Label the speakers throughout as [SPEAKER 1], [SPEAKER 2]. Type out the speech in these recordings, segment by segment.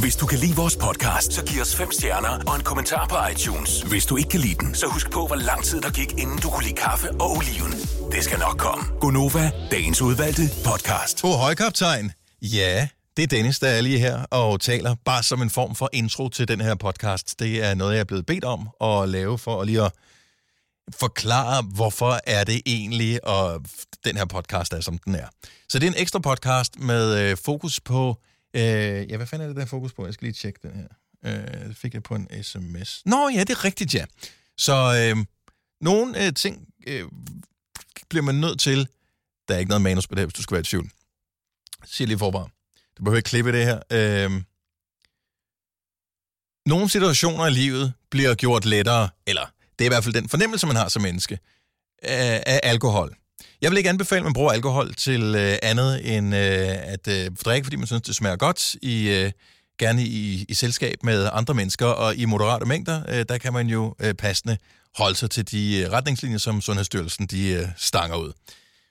[SPEAKER 1] Hvis du kan lide vores podcast, så giv os fem stjerner og en kommentar på iTunes. Hvis du ikke kan lide den, så husk på, hvor lang tid der gik, inden du kunne lide kaffe og oliven. Det skal nok komme. Gonova, dagens udvalgte podcast.
[SPEAKER 2] To højkaptajn. Ja, det er Dennis, der er lige her og taler bare som en form for intro til den her podcast. Det er noget, jeg er blevet bedt om at lave for at lige at forklare, hvorfor er det egentlig, og f- den her podcast er, som den er. Så det er en ekstra podcast med øh, fokus på... Øh, ja, hvad fanden er det, der er fokus på? Jeg skal lige tjekke den her. Øh, det fik jeg på en sms. Nå ja, det er rigtigt, ja. Så øh, nogle øh, ting øh, bliver man nødt til... Der er ikke noget manus på det her, hvis du skal være i tvivl. Jeg siger lige forbar. Du behøver ikke klippe det her. Øh, nogle situationer i livet bliver gjort lettere, eller det er i hvert fald den fornemmelse, man har som menneske, af, af alkohol. Jeg vil ikke anbefale, at man bruger alkohol til øh, andet end øh, at øh, drikke, fordi man synes, det smager godt, i, øh, gerne i, i selskab med andre mennesker, og i moderate mængder, øh, der kan man jo øh, passende holde sig til de øh, retningslinjer, som Sundhedsstyrelsen de, øh, stanger ud.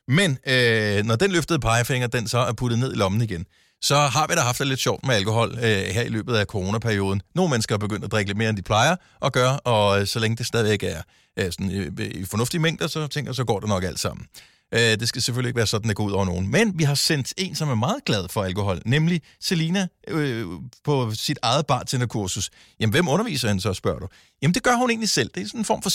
[SPEAKER 2] Men øh, når den løftede pegefinger, den så er puttet ned i lommen igen, så har vi da haft det lidt sjovt med alkohol øh, her i løbet af coronaperioden. Nogle mennesker er begyndt at drikke lidt mere, end de plejer at gøre, og øh, så længe det stadigvæk er øh, sådan, øh, i fornuftige mængder, så tænker jeg, så går det nok alt sammen. Øh, det skal selvfølgelig ikke være sådan, at gå ud over nogen. Men vi har sendt en, som er meget glad for alkohol, nemlig Selina øh, på sit eget bartenderkursus. Jamen, hvem underviser hende så, spørger du? Jamen, det gør hun egentlig selv. Det er sådan en form for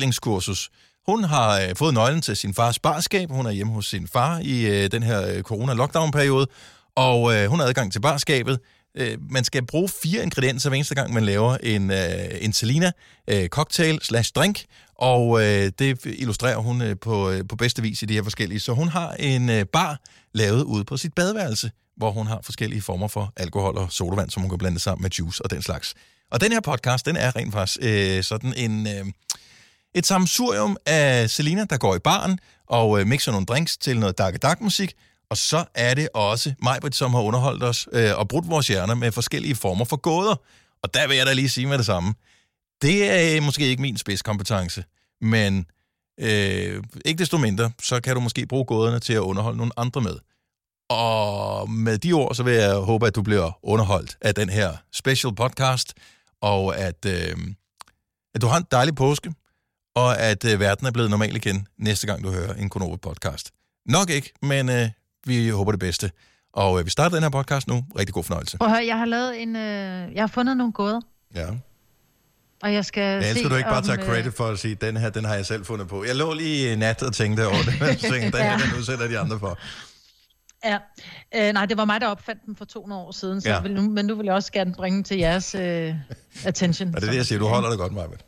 [SPEAKER 2] selvudviklingskursus. Hun har øh, fået nøglen til sin fars barskab. Hun er hjemme hos sin far i øh, den her øh, corona-lockdown-periode, og øh, hun har adgang til barskabet. Øh, man skal bruge fire ingredienser hver eneste gang, man laver en, øh, en Selina øh, cocktail slash drink, og øh, det illustrerer hun øh, på, øh, på bedste vis i de her forskellige. Så hun har en øh, bar lavet ude på sit badeværelse, hvor hun har forskellige former for alkohol og sodavand, som hun kan blande sammen med juice og den slags. Og den her podcast, den er rent faktisk øh, sådan en... Øh, et samsurium af Selina, der går i baren og øh, mixer nogle drinks til noget dark dark musik. Og så er det også Majbrit, som har underholdt os øh, og brudt vores hjerner med forskellige former for gåder. Og der vil jeg da lige sige med det samme. Det er øh, måske ikke min spidskompetence, men øh, ikke desto mindre, så kan du måske bruge gåderne til at underholde nogle andre med. Og med de ord, så vil jeg håbe, at du bliver underholdt af den her special podcast, og at, øh, at du har en dejlig påske, og at øh, verden er blevet normal igen næste gang, du hører en Konoba podcast. Nok ikke, men øh, vi håber det bedste. Og øh, vi starter den her podcast nu. Rigtig god fornøjelse.
[SPEAKER 3] Prøv at høre, jeg har lavet en... Øh, jeg har fundet nogle gåder,
[SPEAKER 2] Ja.
[SPEAKER 3] og jeg skal
[SPEAKER 2] Jeg elsker,
[SPEAKER 3] se,
[SPEAKER 2] du ikke bare
[SPEAKER 3] om,
[SPEAKER 2] tager
[SPEAKER 3] øh,
[SPEAKER 2] credit for at sige, den her, den har jeg selv fundet på. Jeg lå lige i nat og tænkte over det. Jeg tænkte, den her, den udsætter de andre for.
[SPEAKER 3] Ja. Øh, nej, det var mig, der opfandt den for 200 år siden, så
[SPEAKER 2] Ja.
[SPEAKER 3] ja. vil nu, men nu vil jeg også gerne bringe den til jeres øh, attention.
[SPEAKER 2] Og det er det, jeg siger. Du holder det godt, Marvind.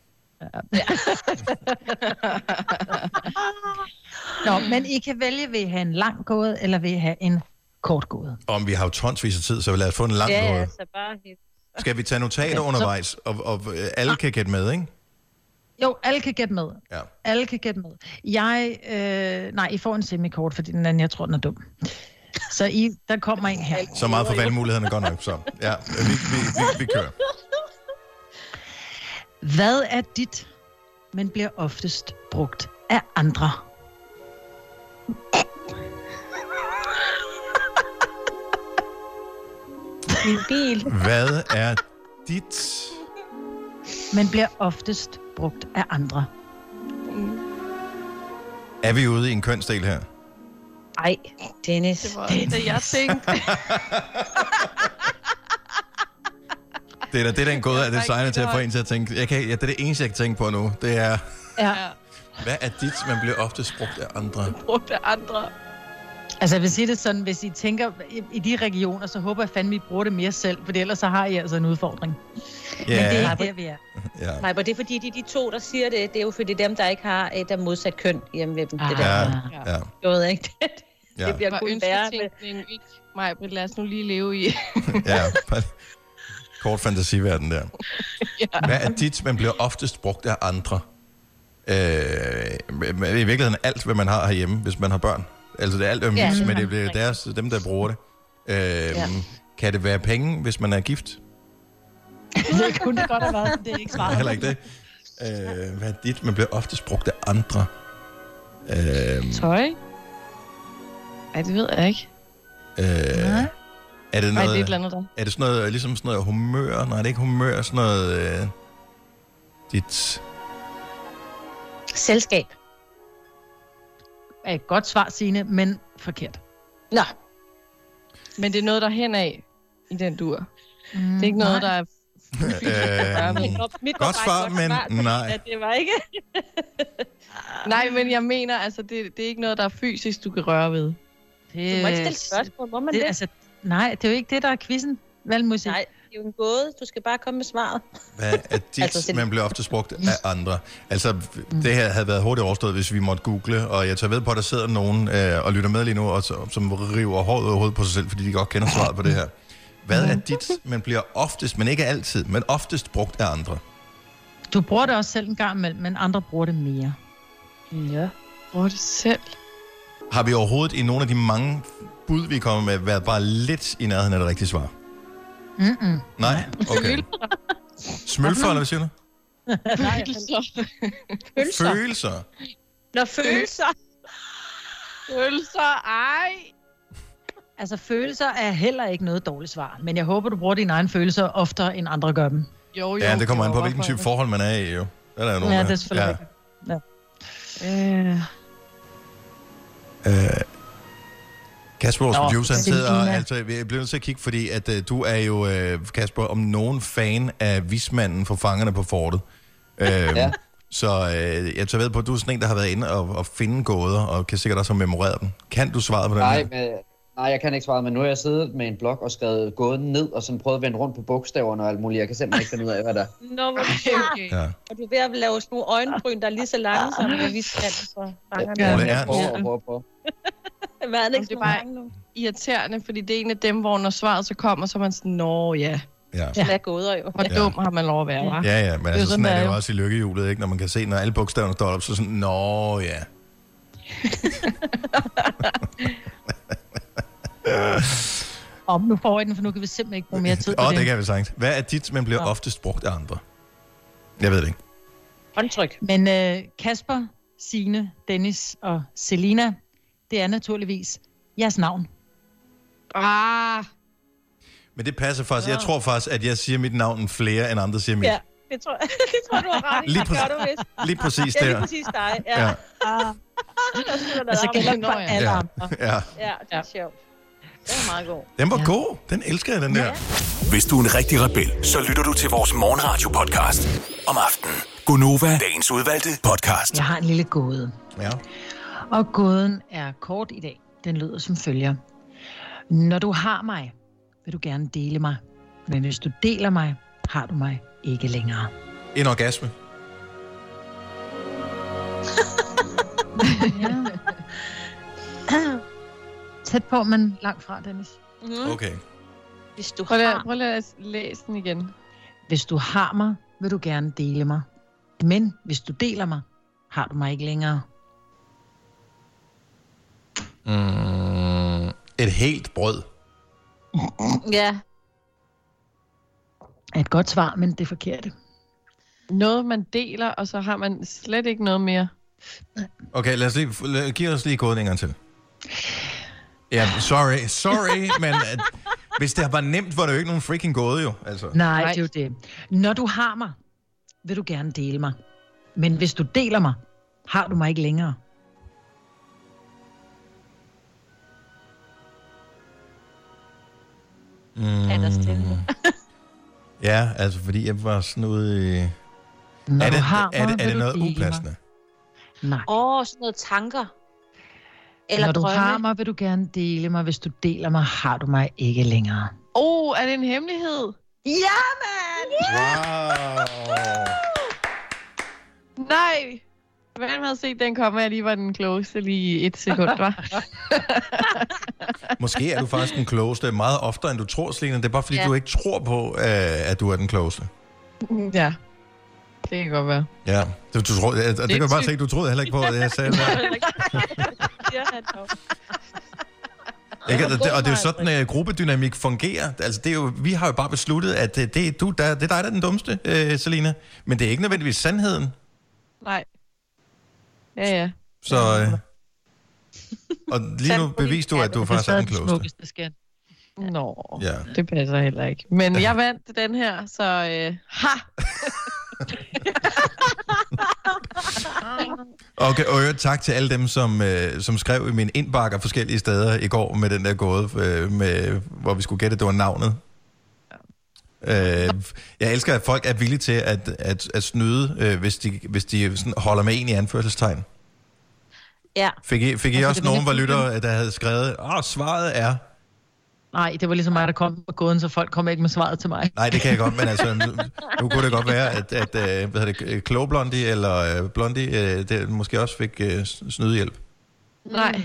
[SPEAKER 3] Nå, men I kan vælge, vil I have en lang gåde, eller vil I have en kort gåde?
[SPEAKER 2] Om vi har jo tonsvis af tid, så lad os få en lang
[SPEAKER 4] Ja,
[SPEAKER 2] ja,
[SPEAKER 4] ja, så bare hit.
[SPEAKER 2] Skal vi tage notater
[SPEAKER 3] Okay, så- Ah.
[SPEAKER 2] undervejs, og, og øh, alle kan gætte med, ikke?
[SPEAKER 3] Jo, alle kan gætte med.
[SPEAKER 2] Ja.
[SPEAKER 3] Alle kan gætte med. Jeg, øh, nej, I får en semikort, fordi den anden, jeg tror, den er dum. Så I, der kommer en her.
[SPEAKER 2] Så meget for valgmulighederne godt nok. Så ja, vi, vi, vi, vi kører.
[SPEAKER 3] Hvad er dit, men bliver oftest brugt af andre?
[SPEAKER 4] Min bil.
[SPEAKER 2] Hvad er dit...
[SPEAKER 3] Men bliver oftest brugt af andre.
[SPEAKER 2] Er vi ude i en kønsdel her?
[SPEAKER 4] Ej, Dennis.
[SPEAKER 5] var det, jeg tænkte.
[SPEAKER 2] Det er da det, er da en gåde
[SPEAKER 5] Jeg har
[SPEAKER 2] er
[SPEAKER 5] ikke
[SPEAKER 2] designet til at få
[SPEAKER 5] højt.
[SPEAKER 2] en til at tænke. Jeg kan, ja, det er det eneste, jeg kan tænke på nu. Det er,
[SPEAKER 3] Ja.
[SPEAKER 5] Ja.
[SPEAKER 2] hvad er dit, man bliver ofte brugt af andre?
[SPEAKER 5] Brugt af andre.
[SPEAKER 3] Altså jeg vil sige det sådan, hvis I tænker i, i de regioner, så håber jeg fandme, I bruger det mere selv, for ellers så har I altså en udfordring. Men det er
[SPEAKER 2] Ja,
[SPEAKER 3] ikke der, vi er.
[SPEAKER 2] ja.
[SPEAKER 4] Nej, men det er fordi, de, de to, der siger det, det er jo fordi dem, der ikke har et af modsat køn hjemme ved dem. Ah. Det der,
[SPEAKER 2] Ja,
[SPEAKER 5] Ja.
[SPEAKER 2] ja,
[SPEAKER 4] jeg ved ikke. Det, ja. det
[SPEAKER 2] ja,
[SPEAKER 4] bliver
[SPEAKER 5] Var
[SPEAKER 4] kun værre. med-
[SPEAKER 5] ønsketænkning ikke mig, Britt, lad os nu lige leve i.
[SPEAKER 2] ja. Kort fantasiverden der. Hvad er dit, man bliver oftest brugt af andre? Øh, men I virkeligheden alt, hvad man har herhjemme, hvis man har børn. Altså det er alt, hvad man
[SPEAKER 4] Ja,
[SPEAKER 2] ja,
[SPEAKER 4] det
[SPEAKER 2] men
[SPEAKER 4] har
[SPEAKER 2] det bliver
[SPEAKER 4] man.
[SPEAKER 2] deres, dem, der bruger det. Øh, ja. Kan det være penge, hvis man er gift?
[SPEAKER 3] Det kunne det godt have været, men det er
[SPEAKER 2] Nej,
[SPEAKER 3] ikke svaret.
[SPEAKER 2] heller ikke det. Øh, hvad er dit? Man bliver oftest brugt af andre. Øh,
[SPEAKER 5] Tøj? Ej, det ved jeg ikke.
[SPEAKER 2] øh, Er det
[SPEAKER 6] Nej, det er et
[SPEAKER 2] noget,
[SPEAKER 6] eller andet der.
[SPEAKER 2] er det sådan noget, ligesom sådan noget humør? Nej, det er ikke humør, sådan noget... Øh, dit...
[SPEAKER 4] Selskab.
[SPEAKER 3] Er et godt svar, Signe, men forkert.
[SPEAKER 4] Nå,
[SPEAKER 6] Men det er noget, der hen af i den dur. Mm, det er ikke noget,
[SPEAKER 3] nej.
[SPEAKER 6] der er...
[SPEAKER 2] Øh,
[SPEAKER 4] mit, var- mit var
[SPEAKER 2] godt
[SPEAKER 4] bare et
[SPEAKER 2] svar, men
[SPEAKER 4] fordi
[SPEAKER 2] nej.
[SPEAKER 4] at det var ikke.
[SPEAKER 2] Øhm.
[SPEAKER 6] Nej, men jeg mener, altså, det, det er ikke noget, der er fysisk, du kan røre ved.
[SPEAKER 4] Du
[SPEAKER 3] Det,
[SPEAKER 4] må ikke stille spørgsmål, må man
[SPEAKER 3] Øh, det,
[SPEAKER 4] det?
[SPEAKER 3] altså, nej, det er jo ikke det, der er quizzen. Valgmusik.
[SPEAKER 4] Nej, det er jo en gåde. Du skal bare komme med svaret.
[SPEAKER 2] Hvad er dit?
[SPEAKER 4] Altså,
[SPEAKER 2] altså,
[SPEAKER 4] det-
[SPEAKER 2] man bliver ofte brugt af andre. Altså, det her havde været hurtigt overstået, hvis vi måtte google, og jeg tager ved på, at der sidder nogen øh, og lytter med lige nu, og så, som river håret ud af hovedet på sig selv, fordi de godt kender svaret på det her. Hvad er dit? Man bliver oftest, men ikke altid, men oftest brugt af andre.
[SPEAKER 3] Du bruger det også selv en gang imellem, men andre bruger det mere.
[SPEAKER 4] Ja.
[SPEAKER 6] Bruger det selv.
[SPEAKER 2] Har vi overhovedet i nogle af de mange bud, vi kommer med, været bare lidt i nærheden af det rigtige svar?
[SPEAKER 3] Mm-mm.
[SPEAKER 2] Nej? Okay. Smølfer, eller hvad siger du?
[SPEAKER 6] Følelser.
[SPEAKER 4] Følelser.
[SPEAKER 2] Følelser.
[SPEAKER 4] Nå, følelser.
[SPEAKER 6] Følelser, ej.
[SPEAKER 3] Altså, følelser er heller ikke noget dårligt svar, men jeg håber, du bruger dine egne følelser oftere, end andre gør dem.
[SPEAKER 6] Jo, jo.
[SPEAKER 2] Ja, det kommer an på,
[SPEAKER 6] var
[SPEAKER 2] hvilken type
[SPEAKER 6] overfor.
[SPEAKER 2] forhold man er i, jo. Der er der nogen
[SPEAKER 3] Ja,
[SPEAKER 2] af.
[SPEAKER 3] det er selvfølgelig rigtigt.
[SPEAKER 6] Øh,
[SPEAKER 2] Øh, Kasper, vores
[SPEAKER 3] Nå,
[SPEAKER 2] producer, han
[SPEAKER 3] Selina.
[SPEAKER 2] sidder og... Altså, jeg bliver nødt til at kigge, fordi at, øh, du er jo, øh, Kasper, om nogen fan af vismanden for fangerne på fortet. Øh, ja. Så øh, jeg tager ved på, at du er sådan en, der har været inde og, og finde gåder, og kan sikkert også have memoreret dem. Kan du svare på den
[SPEAKER 7] Nej,
[SPEAKER 2] her?
[SPEAKER 7] men, nej, jeg kan ikke svare, men nu har jeg siddet med en blok og skrevet gåden ned, og sådan prøvet at vende rundt på bogstaverne og alt muligt. Jeg kan simpelthen ikke finde ud af, hvad der er.
[SPEAKER 4] Nå, hvor
[SPEAKER 6] okay.
[SPEAKER 2] Ja.
[SPEAKER 4] Og du er ved at lave sådan nogle øjenbryn, der er lige så lange, som vi skal for fangerne.
[SPEAKER 2] Ja.
[SPEAKER 4] Ja.
[SPEAKER 2] det er
[SPEAKER 7] Jeg prøver
[SPEAKER 3] den.
[SPEAKER 7] og prøver og prøver.
[SPEAKER 4] Hvad er det ikke
[SPEAKER 6] Det
[SPEAKER 4] sådan
[SPEAKER 6] er bare-
[SPEAKER 4] mange nu?
[SPEAKER 6] Irriterende, fordi det er en af dem, hvor når svaret så kommer, så er man sådan, nå ja,
[SPEAKER 2] Ja.
[SPEAKER 4] Ja. Hvad er gåder jo?
[SPEAKER 6] hvor
[SPEAKER 2] Ja.
[SPEAKER 6] dum har man lov at være, hva'?
[SPEAKER 2] Ja, ja, men altså,
[SPEAKER 6] sådan,
[SPEAKER 2] sådan er
[SPEAKER 6] der
[SPEAKER 2] det
[SPEAKER 6] er
[SPEAKER 2] jo
[SPEAKER 6] jo.
[SPEAKER 2] også i lykkehjulet, ikke? Når man kan se, når alle bogstaverne står op, så sådan, nå ja.
[SPEAKER 3] Om nu får jeg den, for nu kan vi simpelthen ikke bruge mere tid på
[SPEAKER 2] Åh,
[SPEAKER 3] det.
[SPEAKER 2] det kan vi sagt. Hvad er dit, men bliver
[SPEAKER 3] Nå.
[SPEAKER 2] oftest brugt af andre? Jeg ved det ikke.
[SPEAKER 4] Håndtryk.
[SPEAKER 3] Men øh, Kasper, Sine, Dennis og Selina, det er naturligvis jeres navn.
[SPEAKER 6] Ah,
[SPEAKER 2] Men det passer faktisk. Jeg tror faktisk, at jeg siger mit navn flere, end andre siger mit.
[SPEAKER 4] Ja, det tror, det tror jeg, du har ret i.
[SPEAKER 2] Lige
[SPEAKER 4] Det gør
[SPEAKER 2] præcis-
[SPEAKER 4] du vist.
[SPEAKER 2] Lige præcis
[SPEAKER 4] Ja,
[SPEAKER 2] der.
[SPEAKER 4] lige præcis dig. Ja.
[SPEAKER 2] Ja.
[SPEAKER 4] ja. Der skulle der
[SPEAKER 3] Altså gælder
[SPEAKER 4] være ramt.
[SPEAKER 3] det for
[SPEAKER 6] Nå, ja.
[SPEAKER 3] alle
[SPEAKER 2] Ja.
[SPEAKER 3] andre.
[SPEAKER 2] ja.
[SPEAKER 4] Ja, det er sjovt. Det er meget god.
[SPEAKER 2] Den var ja. god. Den elsker jeg, den der.
[SPEAKER 1] Hvis du er en rigtig rebel, så lytter du til vores morgenradio-podcast om aftenen. Gunova, dagens udvalgte podcast.
[SPEAKER 3] Jeg har en lille gåde.
[SPEAKER 2] Ja.
[SPEAKER 3] Og gåden er kort i dag. Den lyder som følger. Når du har mig, vil du gerne dele mig. Men hvis du deler mig, har du mig ikke længere.
[SPEAKER 2] En orgasme.
[SPEAKER 3] Tæt på, men langt fra, Dennis.
[SPEAKER 4] Mm.
[SPEAKER 2] Okay.
[SPEAKER 4] Hvis du
[SPEAKER 6] prøv lige,
[SPEAKER 4] har...
[SPEAKER 6] prøv lige at læse den igen.
[SPEAKER 3] Hvis du har mig, vil du gerne dele mig. Men hvis du deler mig, har du mig ikke længere.
[SPEAKER 2] Mm. Et helt brød.
[SPEAKER 4] Ja.
[SPEAKER 3] Er et godt svar, men det er forkert.
[SPEAKER 6] Noget, man deler, og så har man slet ikke noget mere.
[SPEAKER 2] Okay, lad os lige, lad, giv os lige koden en gang til. Ja, sorry, sorry, men at, hvis det var nemt, var det jo ikke nogen freaking gåde jo. Altså.
[SPEAKER 3] Nej,
[SPEAKER 6] Nej.
[SPEAKER 3] det er jo det. Når du har mig, vil du gerne dele mig. Men hvis du deler mig, har du mig ikke længere.
[SPEAKER 2] Mm.
[SPEAKER 4] Er der stille?
[SPEAKER 2] Ja, altså fordi jeg var sådan ude i...
[SPEAKER 3] Når
[SPEAKER 2] er det,
[SPEAKER 3] du har mig,
[SPEAKER 2] er det, er
[SPEAKER 3] vil
[SPEAKER 2] det
[SPEAKER 3] du
[SPEAKER 2] noget
[SPEAKER 3] dele mig.
[SPEAKER 2] upassende?
[SPEAKER 3] Nej.
[SPEAKER 4] Åh, oh, sådan noget tanker. Eller
[SPEAKER 3] Eller Når du
[SPEAKER 4] drømme.
[SPEAKER 3] har mig, vil du gerne dele mig. Hvis du deler mig, har du mig ikke længere.
[SPEAKER 6] Åh, oh, er det en hemmelighed?
[SPEAKER 4] Ja, mand!
[SPEAKER 2] Wow.
[SPEAKER 6] Nej! Hvem havde set den komme, at jeg lige var den klogeste lige i et sekund, var?
[SPEAKER 2] Måske er du faktisk den klogeste meget oftere, end du tror, Selina. Det er bare fordi, ja.
[SPEAKER 4] Ja.
[SPEAKER 2] du ikke tror på, øh, at du er den klogeste.
[SPEAKER 6] ja. Det kan godt være.
[SPEAKER 2] Ja, du, du tror, det, det kan du bare se, du troede heller ikke på, at jeg sagde det.
[SPEAKER 4] Siger han dog.
[SPEAKER 2] Ikke? Og, det, og det er jo sådan, at gruppedynamik fungerer. Altså, det er jo, vi har jo bare besluttet, at øh, det, er du, der, det er dig, der er den dummeste, øh, Selina. Men det er ikke nødvendigvis sandheden.
[SPEAKER 6] Nej. Ja, ja.
[SPEAKER 2] Så, øh, og lige nu beviste du, at du faktisk er den klogeste.
[SPEAKER 3] klogeste.
[SPEAKER 5] Nå,
[SPEAKER 2] Ja.
[SPEAKER 5] det passer heller ikke. Men jeg vandt den her, så øh, ha!
[SPEAKER 2] Okay, og i øvrigt tak til alle dem, som, øh, som skrev i min indbakker forskellige steder i går med den der gåde, øh, med, hvor vi skulle gætte, det var navnet. Øh, jeg elsker, at folk er villige til at, at, at snyde, øh, hvis de, hvis de sådan holder med en i anførselstegn.
[SPEAKER 4] Ja.
[SPEAKER 2] Fik I, fik I
[SPEAKER 3] Altså,
[SPEAKER 2] også
[SPEAKER 3] det var
[SPEAKER 2] nogen,
[SPEAKER 3] lidt
[SPEAKER 2] hvor lytter, der havde skrevet, åh, svaret er...
[SPEAKER 3] Nej, det var ligesom mig, der kom på gåden, så folk kom ikke med svaret til mig.
[SPEAKER 2] Nej, det kan jeg godt, men altså, nu, nu kunne det godt være, at, at øh, hvad hedder det, Kloge Blondie eller øh, Blondie øh, det, måske også fik øh, snydehjælp.
[SPEAKER 5] Nej.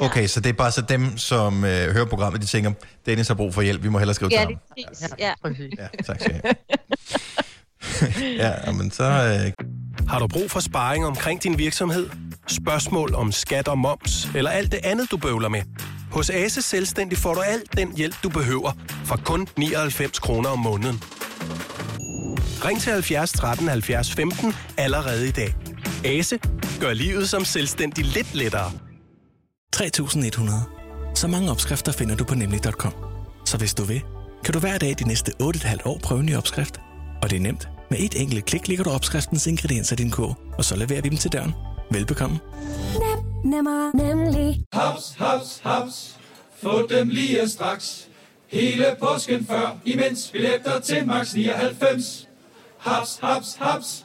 [SPEAKER 2] Okay, så det er bare så dem, som øh, hører programmet, de tænker, Dennis har brug for hjælp, vi må hellere skrive
[SPEAKER 4] Ja,
[SPEAKER 2] til ham.
[SPEAKER 4] lige præcis. Ja.
[SPEAKER 3] Præcis.
[SPEAKER 2] Ja, tak skal I have. ja, men så... Øh,
[SPEAKER 8] Har du brug for sparring omkring din virksomhed? Spørgsmål om skat og moms, eller alt det andet, du bøvler med? Hos Ase Selvstændig får du alt den hjælp, du behøver, for kun 99 kroner om måneden. Ring til 70 13 70 15 allerede i dag. Ase gør livet som selvstændig lidt lettere.
[SPEAKER 9] 3100. Så mange opskrifter finder du på nemlig.com. Så hvis du vil, kan du hver dag de næste 8,5 år prøve en ny opskrift. Og det er nemt. Med et enkelt klik ligger du opskriftens ingredienser i din kog, og så leverer vi dem til døren. Velbekomme.
[SPEAKER 10] Nemmer, nemlig.
[SPEAKER 11] Haps, haps, haps. Få dem lige straks. Hele påsken før, imens billetter til max 99. Haps, haps, haps.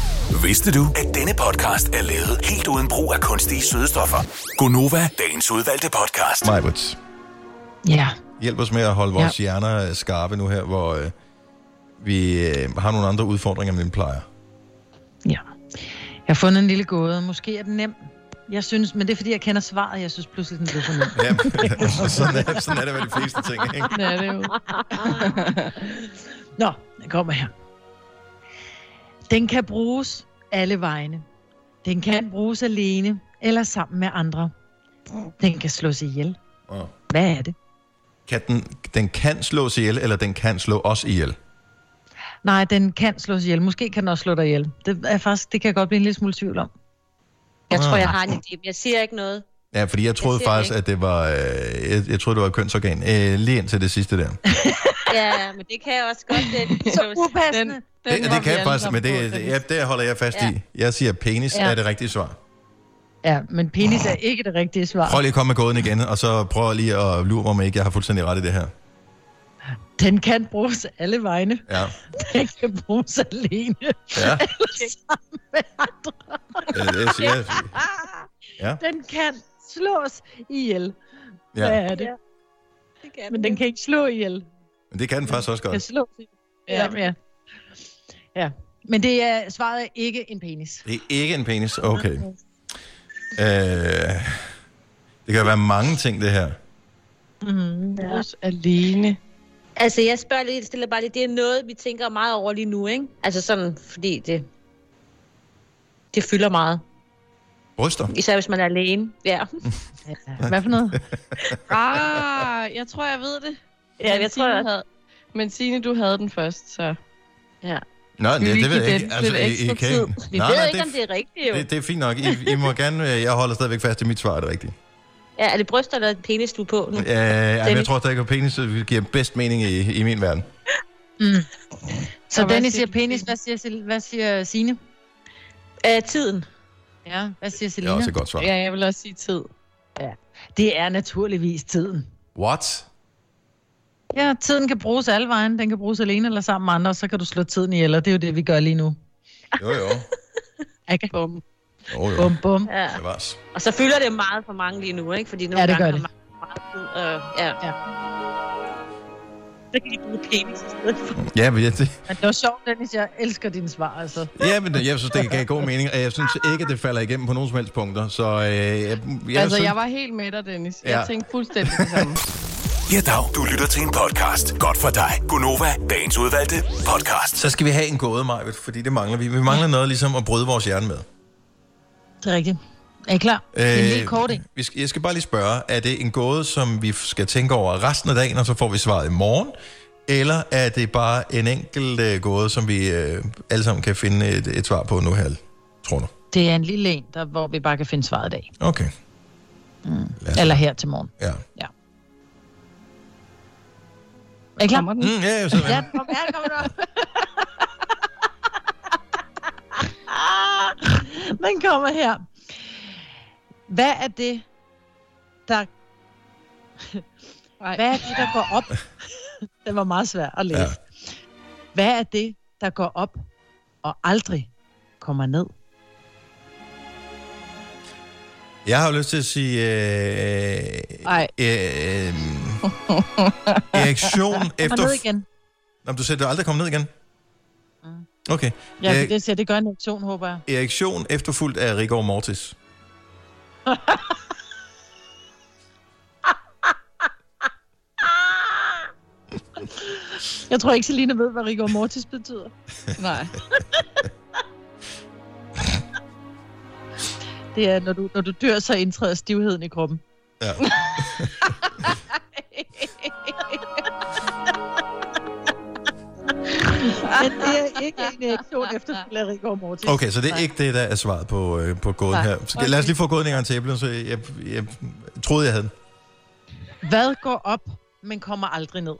[SPEAKER 1] Vidste du, at denne podcast er lavet helt uden brug af kunstige sødestoffer? Gonova, dagens udvalgte podcast.
[SPEAKER 2] Majbert,
[SPEAKER 3] Ja,
[SPEAKER 2] hjælp os med at holde vores ja. hjerner øh, skarpe nu her, hvor øh, vi øh, har nogle andre udfordringer, end vi plejer.
[SPEAKER 3] ja. Jeg har fundet en lille gåde. Måske er den nem. Jeg synes, men det er fordi, jeg kender svaret. Jeg synes pludselig, den blev for nem.
[SPEAKER 2] Ja, altså, sådan, er, sådan er det med de fleste ting, ikke?
[SPEAKER 5] Det er det jo.
[SPEAKER 3] Nå, den kommer her. Den kan bruges alle vegne. Den kan bruges alene eller sammen med andre. Den kan slås ihjel.
[SPEAKER 2] Åh.
[SPEAKER 3] Hvad er det?
[SPEAKER 2] Kan den, den kan slås ihjel, eller den kan slå os ihjel?
[SPEAKER 3] Nej, den kan slås ihjel. Måske kan den også slå dig ihjel. Det, er faktisk, det kan jeg godt blive en lille smule tvivl om.
[SPEAKER 4] Jeg
[SPEAKER 2] Ah.
[SPEAKER 4] tror, jeg har en idé, men jeg siger ikke noget.
[SPEAKER 2] Ja, fordi jeg troede
[SPEAKER 4] ser det
[SPEAKER 2] faktisk,
[SPEAKER 4] ikke.
[SPEAKER 2] at det var, øh, jeg, jeg troede, det var et kønsorgan. Øh, lige indtil det sidste der.
[SPEAKER 4] Ja, men det kan jeg også godt. Det,
[SPEAKER 3] Så upassende. Den...
[SPEAKER 5] Den, den var
[SPEAKER 2] Det, det
[SPEAKER 5] vi
[SPEAKER 2] kan jeg
[SPEAKER 5] alle
[SPEAKER 2] faktisk,
[SPEAKER 5] sammen
[SPEAKER 2] men det,
[SPEAKER 5] på,
[SPEAKER 2] det,
[SPEAKER 5] Dennis.
[SPEAKER 2] ja, det holder jeg fast ja. i. Jeg siger, penis ja.
[SPEAKER 3] Ja.
[SPEAKER 2] er det rigtige svar.
[SPEAKER 3] Ja, men penis er ikke det rigtige svar.
[SPEAKER 2] Prøv lige at komme med gåden igen, og så prøv lige at lure mig, om ikke jeg har fuldstændig ret i det her.
[SPEAKER 3] Den kan bruges alle vegne.
[SPEAKER 2] Ja.
[SPEAKER 3] Den kan bruges alene
[SPEAKER 2] Ja,
[SPEAKER 3] eller sammen med andre.
[SPEAKER 2] det, er det jeg siger jeg.
[SPEAKER 3] Den kan slås ihjel. Hvad
[SPEAKER 2] Ja.
[SPEAKER 3] er det?
[SPEAKER 4] det kan
[SPEAKER 3] Men den kan ikke slå ihjel.
[SPEAKER 2] Men det kan den faktisk også
[SPEAKER 3] Kan
[SPEAKER 2] godt.
[SPEAKER 3] slå ihjel. Ja, ja. ja. Men det er svaret er ikke en penis.
[SPEAKER 2] Det er ikke en penis. Okay. Øh, det kan være mange ting, det her.
[SPEAKER 5] Bruges alene.
[SPEAKER 4] Altså, jeg spørger lige, stiller bare lige, det er noget, vi tænker meget over lige nu, ikke? Altså sådan, fordi det, det fylder meget.
[SPEAKER 2] Bryster.
[SPEAKER 4] Især hvis man er alene. Ja,
[SPEAKER 3] Hvad for noget?
[SPEAKER 5] Ah, jeg tror, jeg ved det.
[SPEAKER 4] ja
[SPEAKER 5] Men
[SPEAKER 4] jeg tror,
[SPEAKER 5] Signe
[SPEAKER 4] jeg...
[SPEAKER 5] havde... Men Signe, du havde den først, så...
[SPEAKER 2] Nå, det,
[SPEAKER 5] Vi vil
[SPEAKER 2] det ved
[SPEAKER 5] give
[SPEAKER 2] jeg ikke.
[SPEAKER 5] den
[SPEAKER 2] Altså,
[SPEAKER 5] lidt
[SPEAKER 2] I, I
[SPEAKER 5] ekstra
[SPEAKER 2] kan...
[SPEAKER 5] tid.
[SPEAKER 4] Vi
[SPEAKER 2] Nej,
[SPEAKER 4] ved
[SPEAKER 2] nej,
[SPEAKER 4] ikke,
[SPEAKER 2] det,
[SPEAKER 4] om det er rigtigt, jo.
[SPEAKER 2] det, det er fint nok. I, I må gerne... øh, Jeg holder stadigvæk fast i mit svar, er det rigtigt.
[SPEAKER 4] Ja, er det bryster eller penis, du er på nu?
[SPEAKER 2] Øh, jamen, jeg
[SPEAKER 4] Dennis.
[SPEAKER 2] tror stadig, at penis giver bedst mening i, i min verden.
[SPEAKER 3] Så
[SPEAKER 5] Og hvad
[SPEAKER 3] Dennis
[SPEAKER 5] siger
[SPEAKER 3] siger penis. Hvad siger, Sil- hvad siger Signe?
[SPEAKER 4] Æ, tiden.
[SPEAKER 3] Ja, hvad siger
[SPEAKER 2] Det er
[SPEAKER 3] Selina?
[SPEAKER 2] også et godt svar.
[SPEAKER 5] Ja, jeg vil også sige tid.
[SPEAKER 3] Det er naturligvis tiden.
[SPEAKER 2] What?
[SPEAKER 3] Ja, tiden kan bruges alle vejen. Den kan bruges alene eller sammen med andre, og så kan du slå tiden ihjel, og det er jo det, vi gør lige nu.
[SPEAKER 2] Jo, jo.
[SPEAKER 3] Ikke?
[SPEAKER 5] Bum.
[SPEAKER 2] Jo, jo.
[SPEAKER 3] Bum, bum.
[SPEAKER 4] Ja.
[SPEAKER 2] Bevares.
[SPEAKER 4] Og så fylder det meget for mange lige nu, ikke? Fordi nogle
[SPEAKER 3] Ja, det gør
[SPEAKER 4] gange
[SPEAKER 3] det.
[SPEAKER 4] har man meget tid. Øh,
[SPEAKER 3] Ja.
[SPEAKER 4] ja. ja. Så kan de bruge penis i stedet for.
[SPEAKER 2] Ja, men jeg, det,
[SPEAKER 3] Men det var sjovt, Dennis. Jeg elsker dine svar, altså.
[SPEAKER 2] ja, men jeg synes, det gav god mening, og jeg synes ikke, at det falder igennem på nogen som helst punkter. Så øh, jeg, jeg,
[SPEAKER 5] altså,
[SPEAKER 2] synes,
[SPEAKER 5] jeg var helt med dig, Dennis.
[SPEAKER 2] Ja.
[SPEAKER 5] Jeg tænkte fuldstændig det samme.
[SPEAKER 1] Ja, dag. Du lytter til en podcast. Godt for dig. Gunova, dagens udvalgte podcast.
[SPEAKER 2] Så skal vi have en gåde, Majved, fordi det mangler vi. Vi mangler noget ligesom at bryde vores hjerne med.
[SPEAKER 3] Det er rigtigt. Er I klar? Øh, det er en lille kort, ikke?
[SPEAKER 2] vi skal, jeg skal bare lige spørge, er det en gåde, som vi skal tænke over resten af dagen, og så får vi svaret i morgen? Eller er det bare en enkelt øh, gåde, som vi øh, alle sammen kan finde et, et svar på nu her, tror du?
[SPEAKER 3] Det er en lille en, der, hvor vi bare kan finde svaret i dag.
[SPEAKER 2] Okay.
[SPEAKER 3] Mm. Eller her til morgen.
[SPEAKER 2] Ja.
[SPEAKER 3] ja. Er I klar?
[SPEAKER 2] den. Mm, ja, ja, så er jeg.
[SPEAKER 3] ja, kom, ja, kom nu. Den kommer her. Hvad er det, der... Hvad er det, der går op? Den var meget svær at læse. Ja. Hvad er det, der går op og aldrig kommer ned?
[SPEAKER 2] Jeg har jo lyst til at sige... Øh,
[SPEAKER 5] Ej.
[SPEAKER 2] øh, øh, erektion
[SPEAKER 3] Kommer
[SPEAKER 2] efter...
[SPEAKER 3] ned igen.
[SPEAKER 2] Nå, men du sagde, du aldrig kom ned igen? Okay.
[SPEAKER 3] Mm. Ja,
[SPEAKER 2] Øh,
[SPEAKER 3] det, det, siger- det gør en lektion, håber jeg.
[SPEAKER 2] Erektion efterfulgt af rigor mortis.
[SPEAKER 3] Jeg tror ikke, Selina ved, hvad rigor mortis betyder. Nej. det er, når du, når du dør, så indtræder stivheden i kroppen.
[SPEAKER 2] Ja.
[SPEAKER 3] Men det er ikke en reaktion efter rigor mortis.
[SPEAKER 2] Okay, så det er ikke det, der er svaret på, øh, på gåden
[SPEAKER 3] Nej.
[SPEAKER 2] her. Skal, lad os lige få gåden en gang til, Evelyn, så jeg, jeg, jeg troede, jeg havde den.
[SPEAKER 3] Hvad går op, men kommer aldrig ned?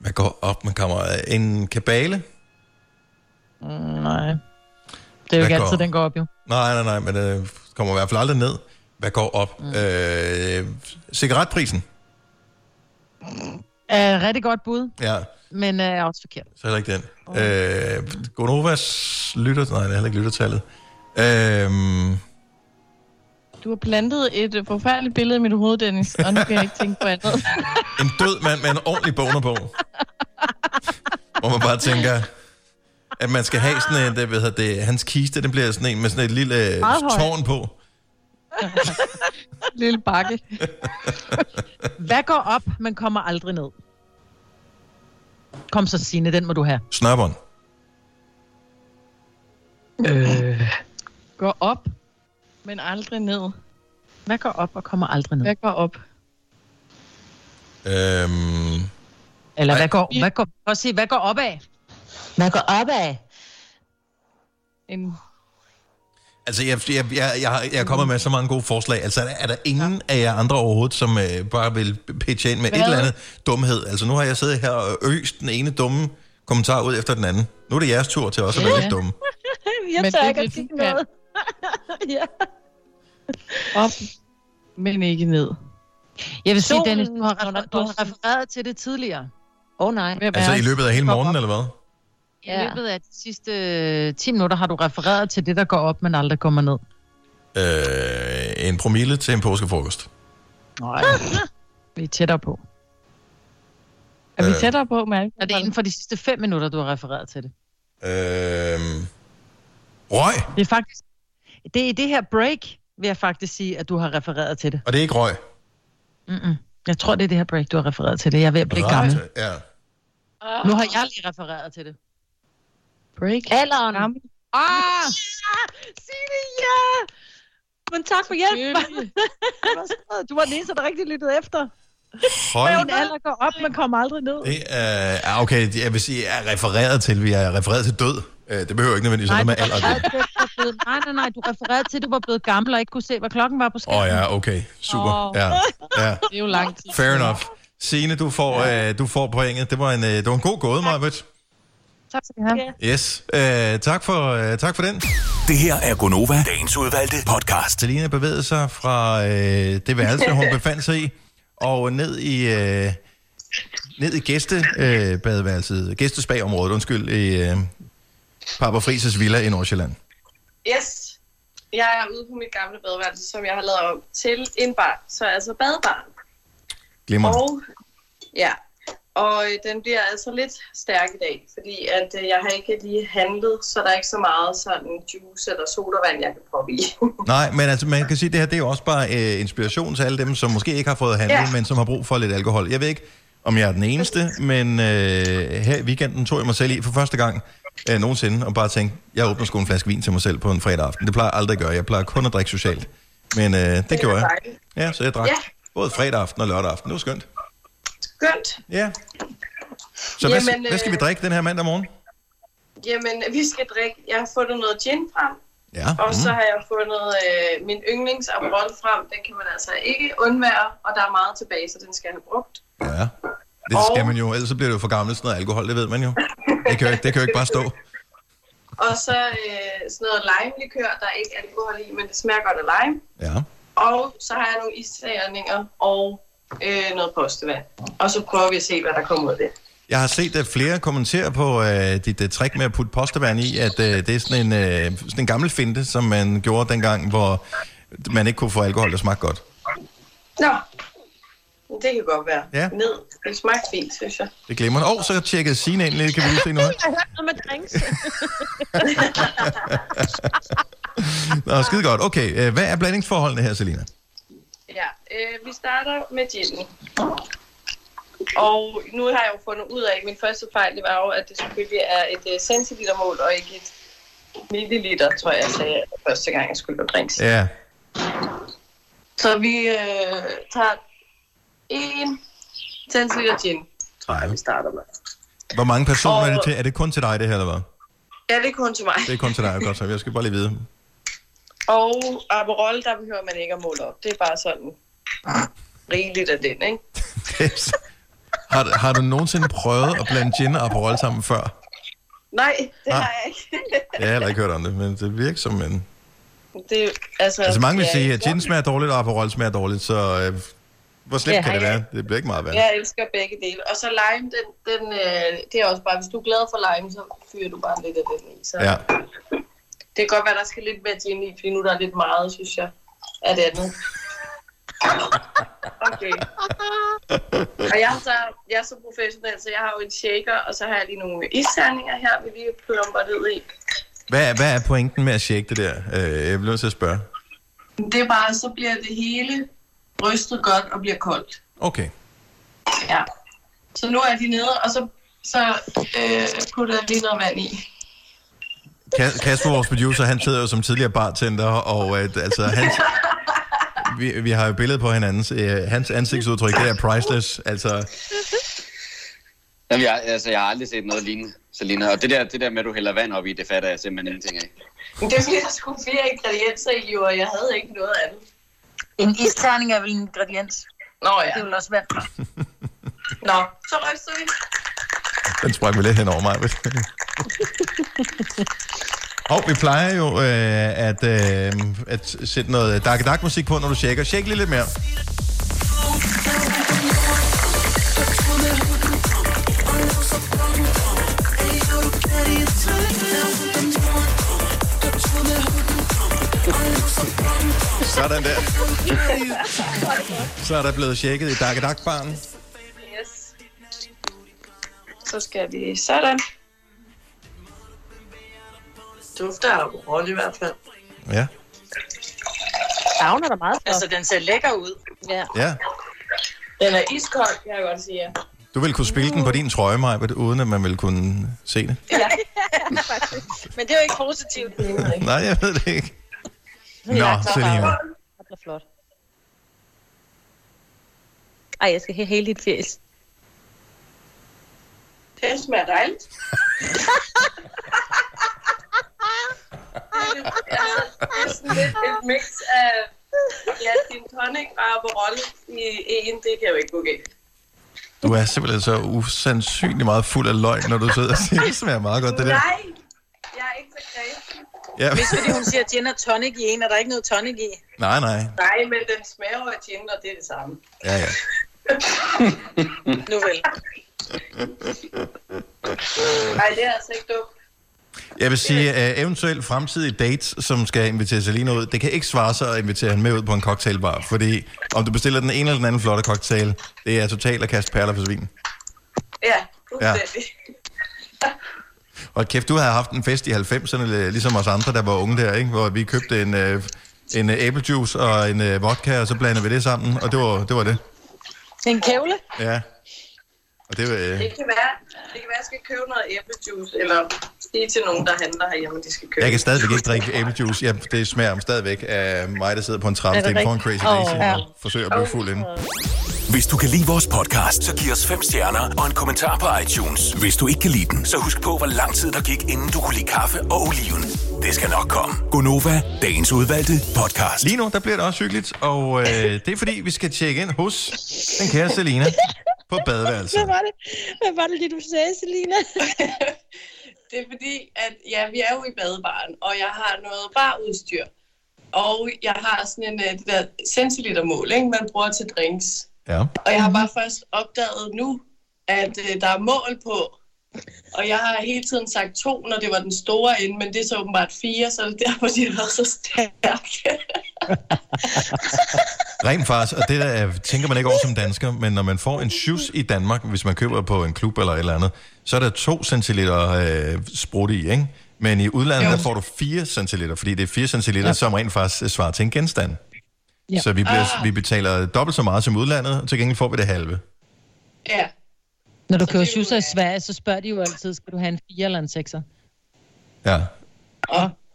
[SPEAKER 2] Man går op, man kommer øh, en kabale.
[SPEAKER 3] Mm, nej. Det er jo
[SPEAKER 2] Hvad
[SPEAKER 3] ikke
[SPEAKER 2] går
[SPEAKER 3] altid,
[SPEAKER 2] op?
[SPEAKER 3] den går op, jo.
[SPEAKER 2] Nej, nej, nej, men øh, kommer i hvert fald aldrig ned. Hvad går op? Mm. Øh, cigaretprisen.
[SPEAKER 3] Er et rigtig godt bud,
[SPEAKER 2] Ja,
[SPEAKER 3] men øh, er også forkert.
[SPEAKER 2] så heller ikke den. Oh. Øh, Gonovas lytter... Nej, det er heller ikke lyttertallet. Øh,
[SPEAKER 5] Du har plantet et øh, forfærdeligt billede i mit hoved, Dennis, og nu kan jeg ikke tænke på andet.
[SPEAKER 2] en død mand med en ordentlig boner på. Hvor man bare tænker, at man skal have sådan en... Det, hvad hedder det, hans kiste, den bliver sådan en med sådan et lille øh,
[SPEAKER 5] Meget høj.
[SPEAKER 2] tårn på.
[SPEAKER 5] Lille bakke.
[SPEAKER 3] Hvad går op, men kommer aldrig ned? Kom så, Signe, den må du have.
[SPEAKER 2] Snørbånd.
[SPEAKER 3] Øh.
[SPEAKER 5] Går op, men aldrig ned.
[SPEAKER 3] Hvad går op og kommer aldrig ned?
[SPEAKER 5] Hvad går op?
[SPEAKER 2] Øhm,
[SPEAKER 3] Eller hvad går, hvad går, prøv at se, hvad går opad?
[SPEAKER 12] Hvad går opad?
[SPEAKER 5] En...
[SPEAKER 2] altså, jeg, jeg, jeg, jeg, har- jeg er kommet med så mange gode forslag. Altså, er der ingen af jer andre overhovedet, som øh, bare vil pitche ind med Hvad? et
[SPEAKER 5] Hvad?
[SPEAKER 2] eller andet dumhed? Altså, nu har jeg siddet her og øst den ene dumme kommentar ud efter den anden. Nu er det jeres tur til også at være
[SPEAKER 5] Ja.
[SPEAKER 2] lidt dumme.
[SPEAKER 4] Jeg
[SPEAKER 5] Men
[SPEAKER 4] tør
[SPEAKER 5] det er
[SPEAKER 4] ikke at
[SPEAKER 5] det, du
[SPEAKER 4] sige
[SPEAKER 5] kan.
[SPEAKER 4] noget. ja.
[SPEAKER 5] Op, men ikke ned.
[SPEAKER 3] Jeg vil sige,
[SPEAKER 5] Solen
[SPEAKER 3] Dennis, du har, refer- du har refereret til det tidligere. Åh oh, nej.
[SPEAKER 2] Altså, i løbet af hele morgenen, eller hvad?
[SPEAKER 3] Ja. I løbet af de sidste øh, 10 minutter har du refereret til det, der går op, men aldrig kommer ned.
[SPEAKER 2] Øh, en promille til en påskefrokost.
[SPEAKER 3] Nej. Vi er tættere på.
[SPEAKER 2] Er vi Øh.
[SPEAKER 3] tættere på med alkohol? Er det inden for de sidste 5 minutter, du har refereret til det?
[SPEAKER 2] Øh, røg,
[SPEAKER 3] Det er faktisk... Det er i det her break, vil jeg faktisk sige, at du har refereret til det.
[SPEAKER 2] og det er ikke røg.
[SPEAKER 3] Mm-mm. Jeg tror, det er det her break, du har refereret til det. Jeg er ved at blive gammel.
[SPEAKER 2] Ja.
[SPEAKER 3] Nu har jeg lige refereret til det.
[SPEAKER 5] Break.
[SPEAKER 4] Alderen.
[SPEAKER 3] Ah!
[SPEAKER 4] Sig det, ja! Men tak for hjælp.
[SPEAKER 3] Du var den eneste, der rigtig lyttede efter.
[SPEAKER 2] Hold
[SPEAKER 3] Min alder går op, men kommer aldrig ned.
[SPEAKER 2] Det er, ah, okay, jeg vil sige, jeg er refereret til, vi er refereret til død. Øh, Det behøver ikke nødvendigvis
[SPEAKER 3] Nej,
[SPEAKER 2] noget
[SPEAKER 3] du
[SPEAKER 2] med alder. at gøre.
[SPEAKER 3] refererede til, at du var blevet, nej, nej, nej, du refererede til, at du var blevet gammel og ikke kunne se, hvad klokken var på
[SPEAKER 2] Åh
[SPEAKER 3] skærmen.
[SPEAKER 2] oh, ja, okay. Super.
[SPEAKER 3] Åh.
[SPEAKER 2] Oh. Ja, ja.
[SPEAKER 5] Det er jo lang tid.
[SPEAKER 2] Fair enough. Signe, du får, ja. øh, du får pointet. Det var en, øh, det var en god gåde, Marvitt.
[SPEAKER 3] Tak skal I have.
[SPEAKER 2] Yes. Øh, tak, for, øh, tak for den.
[SPEAKER 1] Det her er Gonova, dagens udvalgte podcast.
[SPEAKER 2] Selina bevægede sig fra øh, det værelse, hun befandt sig i, og ned i, øh, ned i gæste, øh, badeværelset, gæstespagområdet, undskyld, i øh, Papa Frises Villa i Nordsjælland.
[SPEAKER 6] Yes. Jeg er ude på mit gamle badeværelse, som jeg har lavet om til en bar. Så altså badebar.
[SPEAKER 2] Glimrende.
[SPEAKER 6] Og, ja. Og øh, den bliver altså lidt stærk i dag, fordi at øh, jeg har ikke lige handlet, så der er ikke så meget sådan juice eller sodavand, jeg kan proppe i.
[SPEAKER 2] Nej, men altså, man kan sige, at det her det er jo også bare øh, inspiration til alle dem, som måske ikke har fået handlet, ja.
[SPEAKER 6] Ja.
[SPEAKER 2] men som har brug for lidt alkohol. Jeg ved ikke, om jeg er den eneste, men øh, her i weekenden tog jeg mig selv i for første gang øh, nogensinde, og bare tænkte, jeg åbner sgu en flaske vin til mig selv på en fredag aften. Det plejer jeg aldrig at gøre. Jeg plejer kun at drikke socialt. Men øh, det, det gjorde jeg. Ja, så jeg drak
[SPEAKER 6] Ja.
[SPEAKER 2] ja. både fredag aften og lørdag aften. Det var skønt.
[SPEAKER 6] Skønt.
[SPEAKER 2] Ja. Så Jamen, hvad,
[SPEAKER 6] Jamen,
[SPEAKER 2] hvad skal vi
[SPEAKER 6] øh,
[SPEAKER 2] drikke den her mandag morgen?
[SPEAKER 6] Jamen, vi skal drikke. Jeg har fundet noget gin frem,
[SPEAKER 2] Ja. mm,
[SPEAKER 6] og så har jeg fundet øh, min yndlings Aperol frem. Den kan man altså ikke undvære, og der er meget tilbage, så den skal jeg have brugt.
[SPEAKER 2] Ja. Det skal man jo, ellers så bliver det jo for gammelt sådan noget alkohol, det ved man jo. Det kan jo, det kan jo ikke bare stå.
[SPEAKER 6] Og så øh, sådan noget lime-likør, der er ikke alkohol i, men det smager godt af lime.
[SPEAKER 2] Ja.
[SPEAKER 6] Og så har jeg nogle isterninger og øh, noget postevand. Og så prøver vi at se, hvad der kommer ud af det.
[SPEAKER 2] Jeg har set at flere kommentere på øh, dit uh, trick med at putte postevand i, at øh, det er sådan en, øh, sådan en gammel finte, som man gjorde dengang, hvor man ikke kunne få alkohol, der smagte godt.
[SPEAKER 6] Nå, men det kan godt være.
[SPEAKER 2] Ja.
[SPEAKER 6] Ned. Det smagte fint, synes jeg.
[SPEAKER 2] Det glemmer Og oh, så tjekkede Signe ind lidt, kan vi lige se nu her.
[SPEAKER 4] Jeg har hørt noget med drinks.
[SPEAKER 2] Nå, skide godt. Okay, øh, hvad er blandingsforholdene her, Selina?
[SPEAKER 6] Ja, øh, vi starter med ginen. Og nu har jeg jo fundet ud af, at min første fejl det var jo, at det selvfølgelig er et øh, centilitermål og ikke et milliliter, tror jeg, jeg sagde første gang, jeg skulle lave drinks.
[SPEAKER 2] Ja.
[SPEAKER 6] Så vi øh, tager en tændsikker gin.
[SPEAKER 2] Nej, vi
[SPEAKER 6] starter med.
[SPEAKER 2] Hvor mange personer er det
[SPEAKER 6] Og-
[SPEAKER 2] til? Er det kun til dig, det her, eller hvad?
[SPEAKER 6] Ja, det er kun til mig.
[SPEAKER 2] Det er kun til dig, godt så. Jeg skal bare lige vide.
[SPEAKER 6] Og Aperol, der behøver man ikke at måle op. Det er bare sådan rigeligt af den, ikke?
[SPEAKER 2] Har, du- har du nogensinde prøvet at blande gin og Aperol sammen før?
[SPEAKER 6] Nej, det
[SPEAKER 2] Nej.
[SPEAKER 6] har jeg ikke.
[SPEAKER 2] Jeg har heller ikke hørt om det, men det virker som en...
[SPEAKER 6] det, er- altså,
[SPEAKER 2] Altså mange vil
[SPEAKER 6] ja,
[SPEAKER 2] sige, at gin smager dårligt, og Aperol smager dårligt, så øh, hvor slemt
[SPEAKER 6] Ja,
[SPEAKER 2] kan det
[SPEAKER 6] ja.
[SPEAKER 2] være? Det bliver ikke meget værre.
[SPEAKER 6] Jeg elsker begge dele. Og så lime, den, den, øh, det er også bare, hvis du er glad for lime, så fyrer du bare lidt af den i. Så
[SPEAKER 2] Ja.
[SPEAKER 6] det kan godt være, der skal lidt mere gin i, fordi nu der er lidt meget, synes jeg, af det andet. Okay. Og jeg, er så, jeg er så professionel, så jeg har jo en shaker, og så har jeg lige nogle isterninger her, vi lige plumper ned i.
[SPEAKER 2] Hvad, er- hvad er pointen med at shake det der? Øh, jeg bliver nødt til at spørge.
[SPEAKER 6] Det er bare, så bliver det hele rystet godt og bliver koldt.
[SPEAKER 2] Okay.
[SPEAKER 6] Ja. Så nu er de nede, og så, så øh, putter jeg lige noget vand i.
[SPEAKER 2] Ka- Kasper, vores producer, han sidder jo som tidligere bartender, og øh, altså, hans, vi, vi har jo billede på hinandens. Øh, hans ansigtsudtryk, det er priceless. Altså,
[SPEAKER 13] Jamen, jeg, altså, jeg har aldrig set noget lignende, Selina. Og det der, det der med, at du hælder vand op i, det fatter jeg simpelthen ingenting af.
[SPEAKER 6] Men det er fordi, der skulle fire ingredienser i, og jeg havde ikke noget andet.
[SPEAKER 3] En isterning er vel en ingrediens?
[SPEAKER 6] Nå ja.
[SPEAKER 3] Det vil også være.
[SPEAKER 6] Nå, så ryster vi.
[SPEAKER 2] den sprang vi lidt hen over mig. Og vi plejer jo øh, at, øh, at sætte noget dak dak musik på, når du shaker. Shake lige lidt mere. Sådan der. Så er der blevet shaket i dak dak baren
[SPEAKER 6] Yes. Så skal vi sådan. Dufter af råd i hvert fald.
[SPEAKER 2] Ja.
[SPEAKER 6] Savner der meget for. Altså, den ser lækker ud. Ja.
[SPEAKER 2] Ja.
[SPEAKER 6] Den er iskold, kan jeg godt sige. Ja.
[SPEAKER 2] Du ville kunne spille den på din trøje, Majbert, uden at man ville kunne se det.
[SPEAKER 6] ja.
[SPEAKER 4] Men det er jo ikke positivt.
[SPEAKER 2] Nej, jeg ved det ikke. Nå,
[SPEAKER 4] Jeg tager
[SPEAKER 2] Selina.
[SPEAKER 4] bare- Det bliver flot. Ej, jeg skal have hele dit fjes.
[SPEAKER 6] Den smager dejligt. Altså, det er sådan lidt et mix af ja, din tonic og Aperol i en. Det kan jo ikke gå galt.
[SPEAKER 2] Du er simpelthen så usandsynlig meget fuld af løgn, når du sidder og siger, det smager meget godt, det der.
[SPEAKER 6] Nej, jeg er ikke så kræsen.
[SPEAKER 2] Ja.
[SPEAKER 4] Hvis fordi hun siger gin og tonic i en, og der er ikke noget tonic i.
[SPEAKER 2] Nej, nej.
[SPEAKER 6] Nej, men den smager jo af gin, og det er det samme.
[SPEAKER 2] Ja, ja.
[SPEAKER 6] nu vel. Nej, det er altså ikke dumt.
[SPEAKER 2] Jeg vil sige, at eventuelt fremtidige dates, som skal invitere Selina ud, det kan ikke svare sig at invitere hende med ud på en cocktailbar, fordi om du bestiller den ene eller den anden flotte cocktail, det er totalt at kaste perler for svin.
[SPEAKER 6] fuldstændig.
[SPEAKER 2] Og kæft, du havde haft en fest i 90'erne, li- ligesom os andre, der var unge der, ikke? hvor vi købte en, øh, en øh, æblejuice og en øh, vodka, og så blandede vi det sammen, og det var det. Var det.
[SPEAKER 6] En kævle?
[SPEAKER 2] Ja. Og det var... Øh,
[SPEAKER 6] Det kan være, det kan være, at jeg skal købe noget æblejuice, eller sige til nogen, der handler herhjemme, de skal købe.
[SPEAKER 2] jeg kan stadigvæk ikke drikke æblejuice. Ja, det smager stadigvæk af mig, der sidder på en trappe. Det er en crazy daisy. Oh, ja. Forsøger at blive fuld inden.
[SPEAKER 1] Hvis du kan lide vores podcast, så giv os fem stjerner og en kommentar på iTunes. Hvis du ikke kan lide den, så husk på, hvor lang tid der gik, inden du kunne lide kaffe og oliven. Det skal nok komme.
[SPEAKER 2] Gonova, dagens udvalgte podcast. Lige nu, der bliver det også hyggeligt, og øh, det er fordi, vi skal tjekke ind hos den kære Selina på badeværelset.
[SPEAKER 4] Hvad var det? Hvad var det lige, du sagde, Selina?
[SPEAKER 6] Det er fordi, at ja, vi er jo i badebaren, og jeg har noget barudstyr. Og jeg har sådan en øh, det der centilitermål, ikke, man bruger til drinks.
[SPEAKER 2] Ja.
[SPEAKER 6] Og jeg har bare først opdaget nu, at øh, der er mål på. Og jeg har hele tiden sagt to, når det var den store ende, men det er så åbenbart fire, så det er derfor, de har været så stærke.
[SPEAKER 2] Rent fars, og det der, øh, tænker man ikke over som dansker, men når man får en shoes i Danmark, hvis man køber på en klub eller et eller andet, så er der 2 centiliter øh, sprut i, ikke? Men i udlandet,
[SPEAKER 6] Jo.
[SPEAKER 2] der får du 4 centiliter, fordi det er 4 centiliter, ja. som rent faktisk øh, svarer til en genstand. Ja. Så vi, bliver,
[SPEAKER 6] Ah.
[SPEAKER 2] vi betaler dobbelt så meget som udlandet, og til gengæld får vi det halve.
[SPEAKER 6] Ja.
[SPEAKER 12] Når du kører shoes i Sverige, så spørger de jo altid, skal du have en 4 eller en 6'er?
[SPEAKER 2] Ja.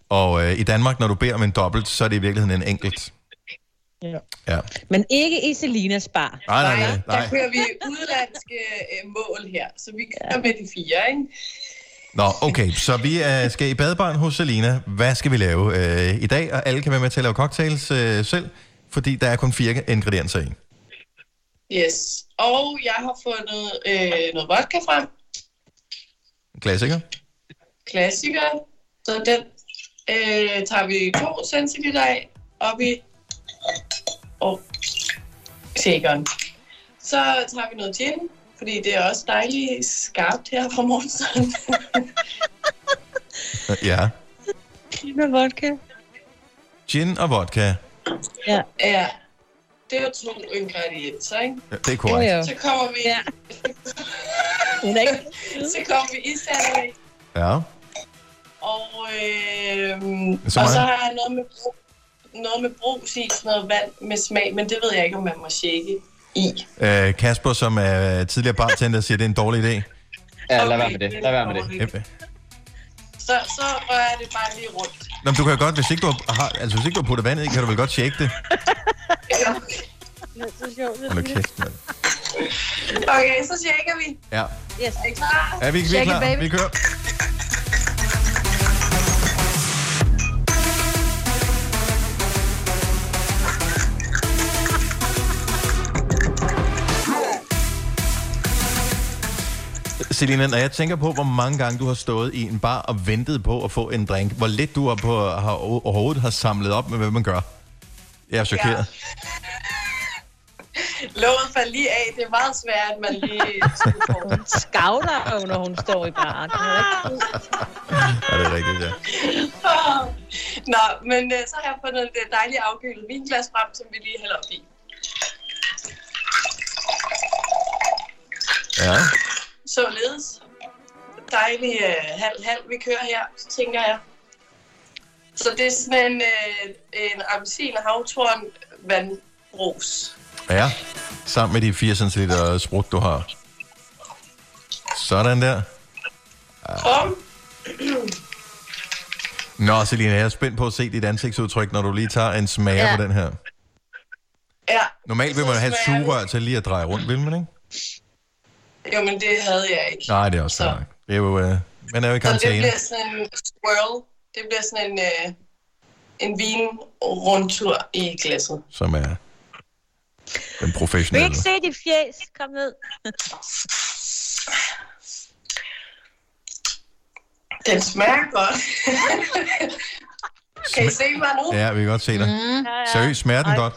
[SPEAKER 2] Og øh, i Danmark, når du beder om en dobbelt, så er det i virkeligheden en enkelt.
[SPEAKER 12] Ja.
[SPEAKER 2] Ja.
[SPEAKER 4] Men ikke i Selinas bar.
[SPEAKER 2] Nej, nej, nej,
[SPEAKER 6] Der
[SPEAKER 2] nej.
[SPEAKER 6] kører vi udlandske øh, mål her, så vi kører med de fire, ikke?
[SPEAKER 2] Nå, okay, så vi øh, skal i badebaren hos Selina. Hvad skal vi lave øh, i dag? Og alle kan være med til at lave cocktails øh, selv, fordi der er kun fire ingredienser i.
[SPEAKER 6] Yes. Og jeg har fundet øh, noget vodka frem.
[SPEAKER 2] En Klassiker.
[SPEAKER 6] Klassiker. Så den øh, tager vi to centiliter af op i og shakeren. Så tager vi noget gin, fordi det er også dejligt skarpt her fra morgenstunden.
[SPEAKER 2] Øh, Ja.
[SPEAKER 6] Gin og vodka.
[SPEAKER 2] Gin og vodka.
[SPEAKER 6] Ja. ja. Det er jo to ingredienser, ikke?
[SPEAKER 2] Ja, det er korrekt. Jo, jo.
[SPEAKER 6] Så kommer vi... Ja. så kommer vi især
[SPEAKER 2] Ja.
[SPEAKER 6] og, øh,
[SPEAKER 2] Så
[SPEAKER 6] så og så
[SPEAKER 2] meget.
[SPEAKER 6] har jeg noget med, brug, noget med brus i, sådan noget vand med smag, men det ved jeg ikke, om man må shake.
[SPEAKER 2] Øh, Kasper, som er tidligere bartender, siger, at det er en dårlig idé.
[SPEAKER 6] Ja, lad være med det. Lad være med det.
[SPEAKER 2] Ja.
[SPEAKER 6] Så, så rører jeg det bare lige rundt.
[SPEAKER 2] Nå, men du kan jo godt, hvis ikke du har, altså, hvis ikke du har puttet vandet i, kan du vel godt tjekke det.
[SPEAKER 6] Ja.
[SPEAKER 2] Hold nu kæft, mand.
[SPEAKER 6] Okay, så shaker vi.
[SPEAKER 2] Ja.
[SPEAKER 6] Yes. Er I klar?
[SPEAKER 2] Er vi, vi er klar? Vi kører. Selina, når jeg tænker på, hvor mange gange du har stået i en bar og ventet på at få en drink, hvor lidt du har på, har, overhovedet har samlet op med, hvad man gør. Jeg er chokeret. Ja.
[SPEAKER 6] Låget falder lige af. Det er meget svært, at man lige...
[SPEAKER 4] Hun skavler, når hun står i baren. Det er ikke
[SPEAKER 2] Er det er rigtigt, ja.
[SPEAKER 6] Nå, men øh, så har jeg fundet det dejlige afkølet vinglas frem, som vi lige hælder op i.
[SPEAKER 2] ja.
[SPEAKER 6] Således. Dejlig øh, halv-halv, vi kører her, så tænker jeg. Så det er sådan en, øh, en appelsin og havtorn vandbrus.
[SPEAKER 2] Ja, sammen med de 4 cm sprut, du har. Sådan der.
[SPEAKER 6] Kom.
[SPEAKER 2] Nå, Selina, jeg er spændt på at se dit ansigtsudtryk, når du lige tager en smager
[SPEAKER 6] Ja.
[SPEAKER 2] ja. på den her.
[SPEAKER 6] ja,
[SPEAKER 2] Normalt vil man have et sugerør til lige at dreje rundt, vil man ikke?
[SPEAKER 6] jo, men det havde jeg ikke.
[SPEAKER 2] Nej, det er også fair nok. Det er jo, øh, man er jo i
[SPEAKER 6] Så det
[SPEAKER 2] karantæne.
[SPEAKER 6] bliver sådan en swirl. Det bliver sådan en, øh, en vinrundtur i glasset.
[SPEAKER 2] Som er den
[SPEAKER 4] Vi kan
[SPEAKER 2] professionelle.
[SPEAKER 4] ikke se dit fjes. Kom ned.
[SPEAKER 6] Den smager godt. kan I se mig nu?
[SPEAKER 2] Ja, vi kan godt se dig. Mm. Seriøst, smager den godt?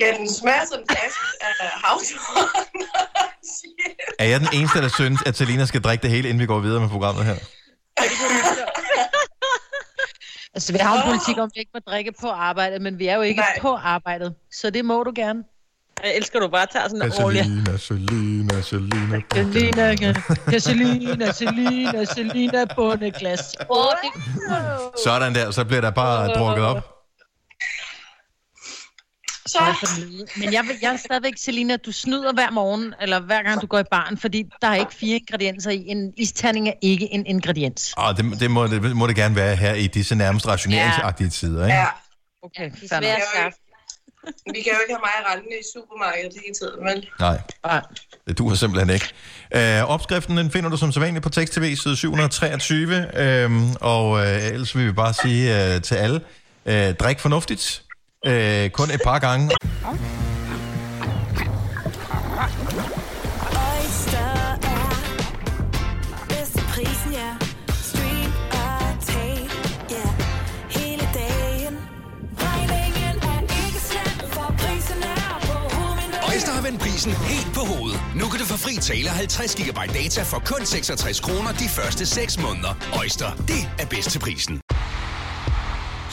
[SPEAKER 6] Ja, den smager sådan fast af havtorn.
[SPEAKER 2] Er jeg den eneste, der synes, at Selina skal drikke det hele, inden vi går videre med programmet her?
[SPEAKER 12] Altså, vi har jo en politik om, at vi ikke må drikke på arbejdet, men vi er jo ikke Nej. på arbejdet. Så det må du gerne.
[SPEAKER 14] Jeg elsker, at du bare tager
[SPEAKER 2] Altså,
[SPEAKER 14] sådan en årlig...
[SPEAKER 15] Angelina, Selina, Selina.
[SPEAKER 3] Selina, Selina, Selina, Selina, bundeglas. Åh, oh, det
[SPEAKER 2] Sådan der, så bliver der bare drukket op.
[SPEAKER 3] Så. Men jeg, vil- jeg er stadigvæk, Selina, du snyder hver morgen, eller hver gang du går i barn, fordi der er ikke fire ingredienser i. En isterning er ikke en ingrediens.
[SPEAKER 2] Og Ah, det, det, må, det må det gerne være her i disse nærmest rationeringsagtige tider, ikke?
[SPEAKER 6] Ja.
[SPEAKER 3] Okay,
[SPEAKER 6] det
[SPEAKER 3] fair
[SPEAKER 6] er svært
[SPEAKER 3] nok.
[SPEAKER 6] at skaffe. Vi kan jo ikke have mig rendende i supermarkedet hele tiden, vel?
[SPEAKER 2] Nej. Det duer simpelthen ikke. Øh, opskriften den finder du som sædvanligt på tekst-tv, side 723. Øh, og øh, ellers vil vi bare sige øh, til alle, øh, drik fornuftigt. Øh, kun et par gange.
[SPEAKER 10] Oyster er bedst til er prisen, ja. Stream og tag, ja. Hele dagen. Regningen er ikke slem, for prisen er på
[SPEAKER 16] Øjster har vendt prisen helt på hovedet. Nu kan du få fri tale 50 GB data for kun 66 kroner de første 6 måneder. Øjster, det er bedst til prisen.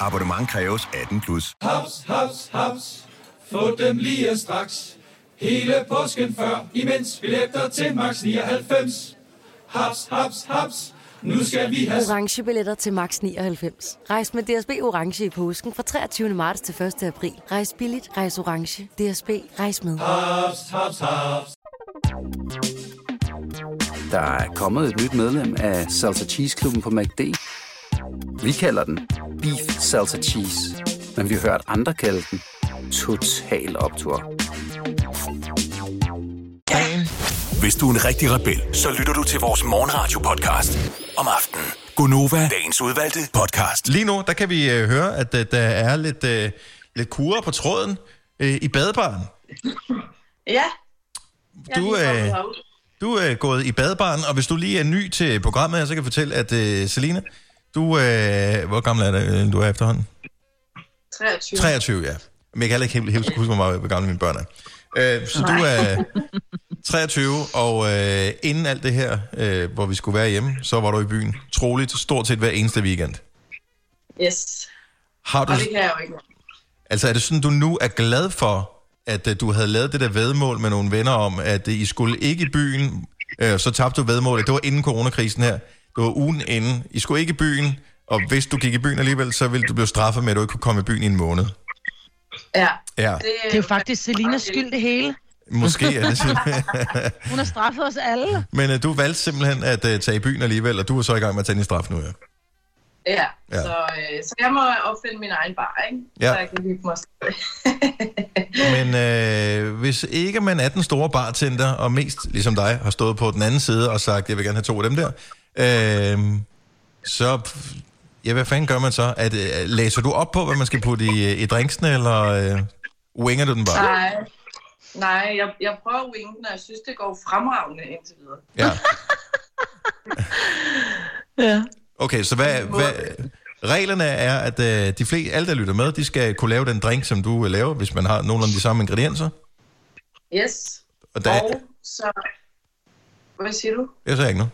[SPEAKER 1] Abonnement kræves 18 plus.
[SPEAKER 17] Haps, haps, haps. Få dem lige straks. Hele påsken før, imens billetter til max 99. Haps, haps, haps. Nu skal vi have
[SPEAKER 18] Orange billetter til max 99. Rejs med DSB Orange i påsken fra 23. marts til 1. april. Rejs billigt, rejs orange. DSB, rejs med.
[SPEAKER 17] haps, haps, haps.
[SPEAKER 8] Der er kommet et nyt medlem af Salsa Cheese Klubben på MACD. Vi kalder den Beef Salsa Cheese, men vi har hørt andre kalde den Total Optor.
[SPEAKER 19] Hvis du er en rigtig rebel, så lytter du til vores morgenradio-podcast om aftenen. Gunova, dagens udvalgte podcast.
[SPEAKER 2] Lige nu, der kan vi øh, høre, at øh, der er lidt, øh, lidt kurer på tråden øh, i badebaren.
[SPEAKER 6] Ja.
[SPEAKER 2] Du,
[SPEAKER 6] Jeg er lige
[SPEAKER 2] øh,
[SPEAKER 6] kommet herud.
[SPEAKER 2] du er gået i badebaren, og hvis du lige er ny til programmet her, så kan jeg fortælle, at øh, Selina, du øh, Hvor gammel er det, øh, du er efterhånden?
[SPEAKER 6] 23.
[SPEAKER 2] 23, ja. Men jeg kan heller ikke helt, helt huske, hvor meget hvor gamle mine børn er. Øh, så du er 23, og øh, inden alt det her, øh, hvor vi skulle være hjemme, så var du i byen troligt stort set hver eneste weekend.
[SPEAKER 6] Yes.
[SPEAKER 2] Har du,
[SPEAKER 6] Og det kan jeg jo ikke.
[SPEAKER 2] altså er det sådan, du nu er glad for, at øh, du havde lavet det der vedmål med nogle venner om, at øh, I skulle ikke i byen, øh, så tabte du vedmålet. Det var inden coronakrisen her. Det var ugen inden. I skulle ikke i byen, og hvis du gik i byen alligevel, så ville du blive straffet med, at du ikke kunne komme i byen i en måned.
[SPEAKER 6] Ja.
[SPEAKER 2] Ja,
[SPEAKER 3] Det er jo faktisk Selinas skyld det hele.
[SPEAKER 2] måske er det sådan.
[SPEAKER 3] Hun har straffet os alle.
[SPEAKER 2] Men øh, du valgte simpelthen at øh, tage i byen alligevel, og du er så i gang med at tage din straf nu, ja.
[SPEAKER 6] Ja,
[SPEAKER 2] Ja.
[SPEAKER 6] ja. Så, øh, så jeg må opfinde min egen bar, ikke?
[SPEAKER 2] Ja.
[SPEAKER 6] Så jeg kan hygge mig selv.
[SPEAKER 2] Men øh, hvis ikke man er den store bartender, og mest ligesom dig har stået på den anden side og sagt, jeg vil gerne have to af dem der, øh, så, pff, ja, hvad fanden gør man så? At, øh, læser du op på, hvad man skal putte i, øh, i drinksene, eller øh, winger du den bare?
[SPEAKER 6] Nej. Nej, jeg, jeg prøver at winke den, og jeg synes, det går fremragende indtil videre.
[SPEAKER 2] Ja.
[SPEAKER 6] Ja.
[SPEAKER 2] Okay, så hvad, hvad, reglerne er, at øh, de fleste, alle der lytter med, de skal kunne lave den drink, som du øh, laver, hvis man har nogenlunde de samme ingredienser.
[SPEAKER 6] Yes.
[SPEAKER 2] Og der-
[SPEAKER 6] og så... Hvad siger du?
[SPEAKER 2] Jeg sagde ikke noget.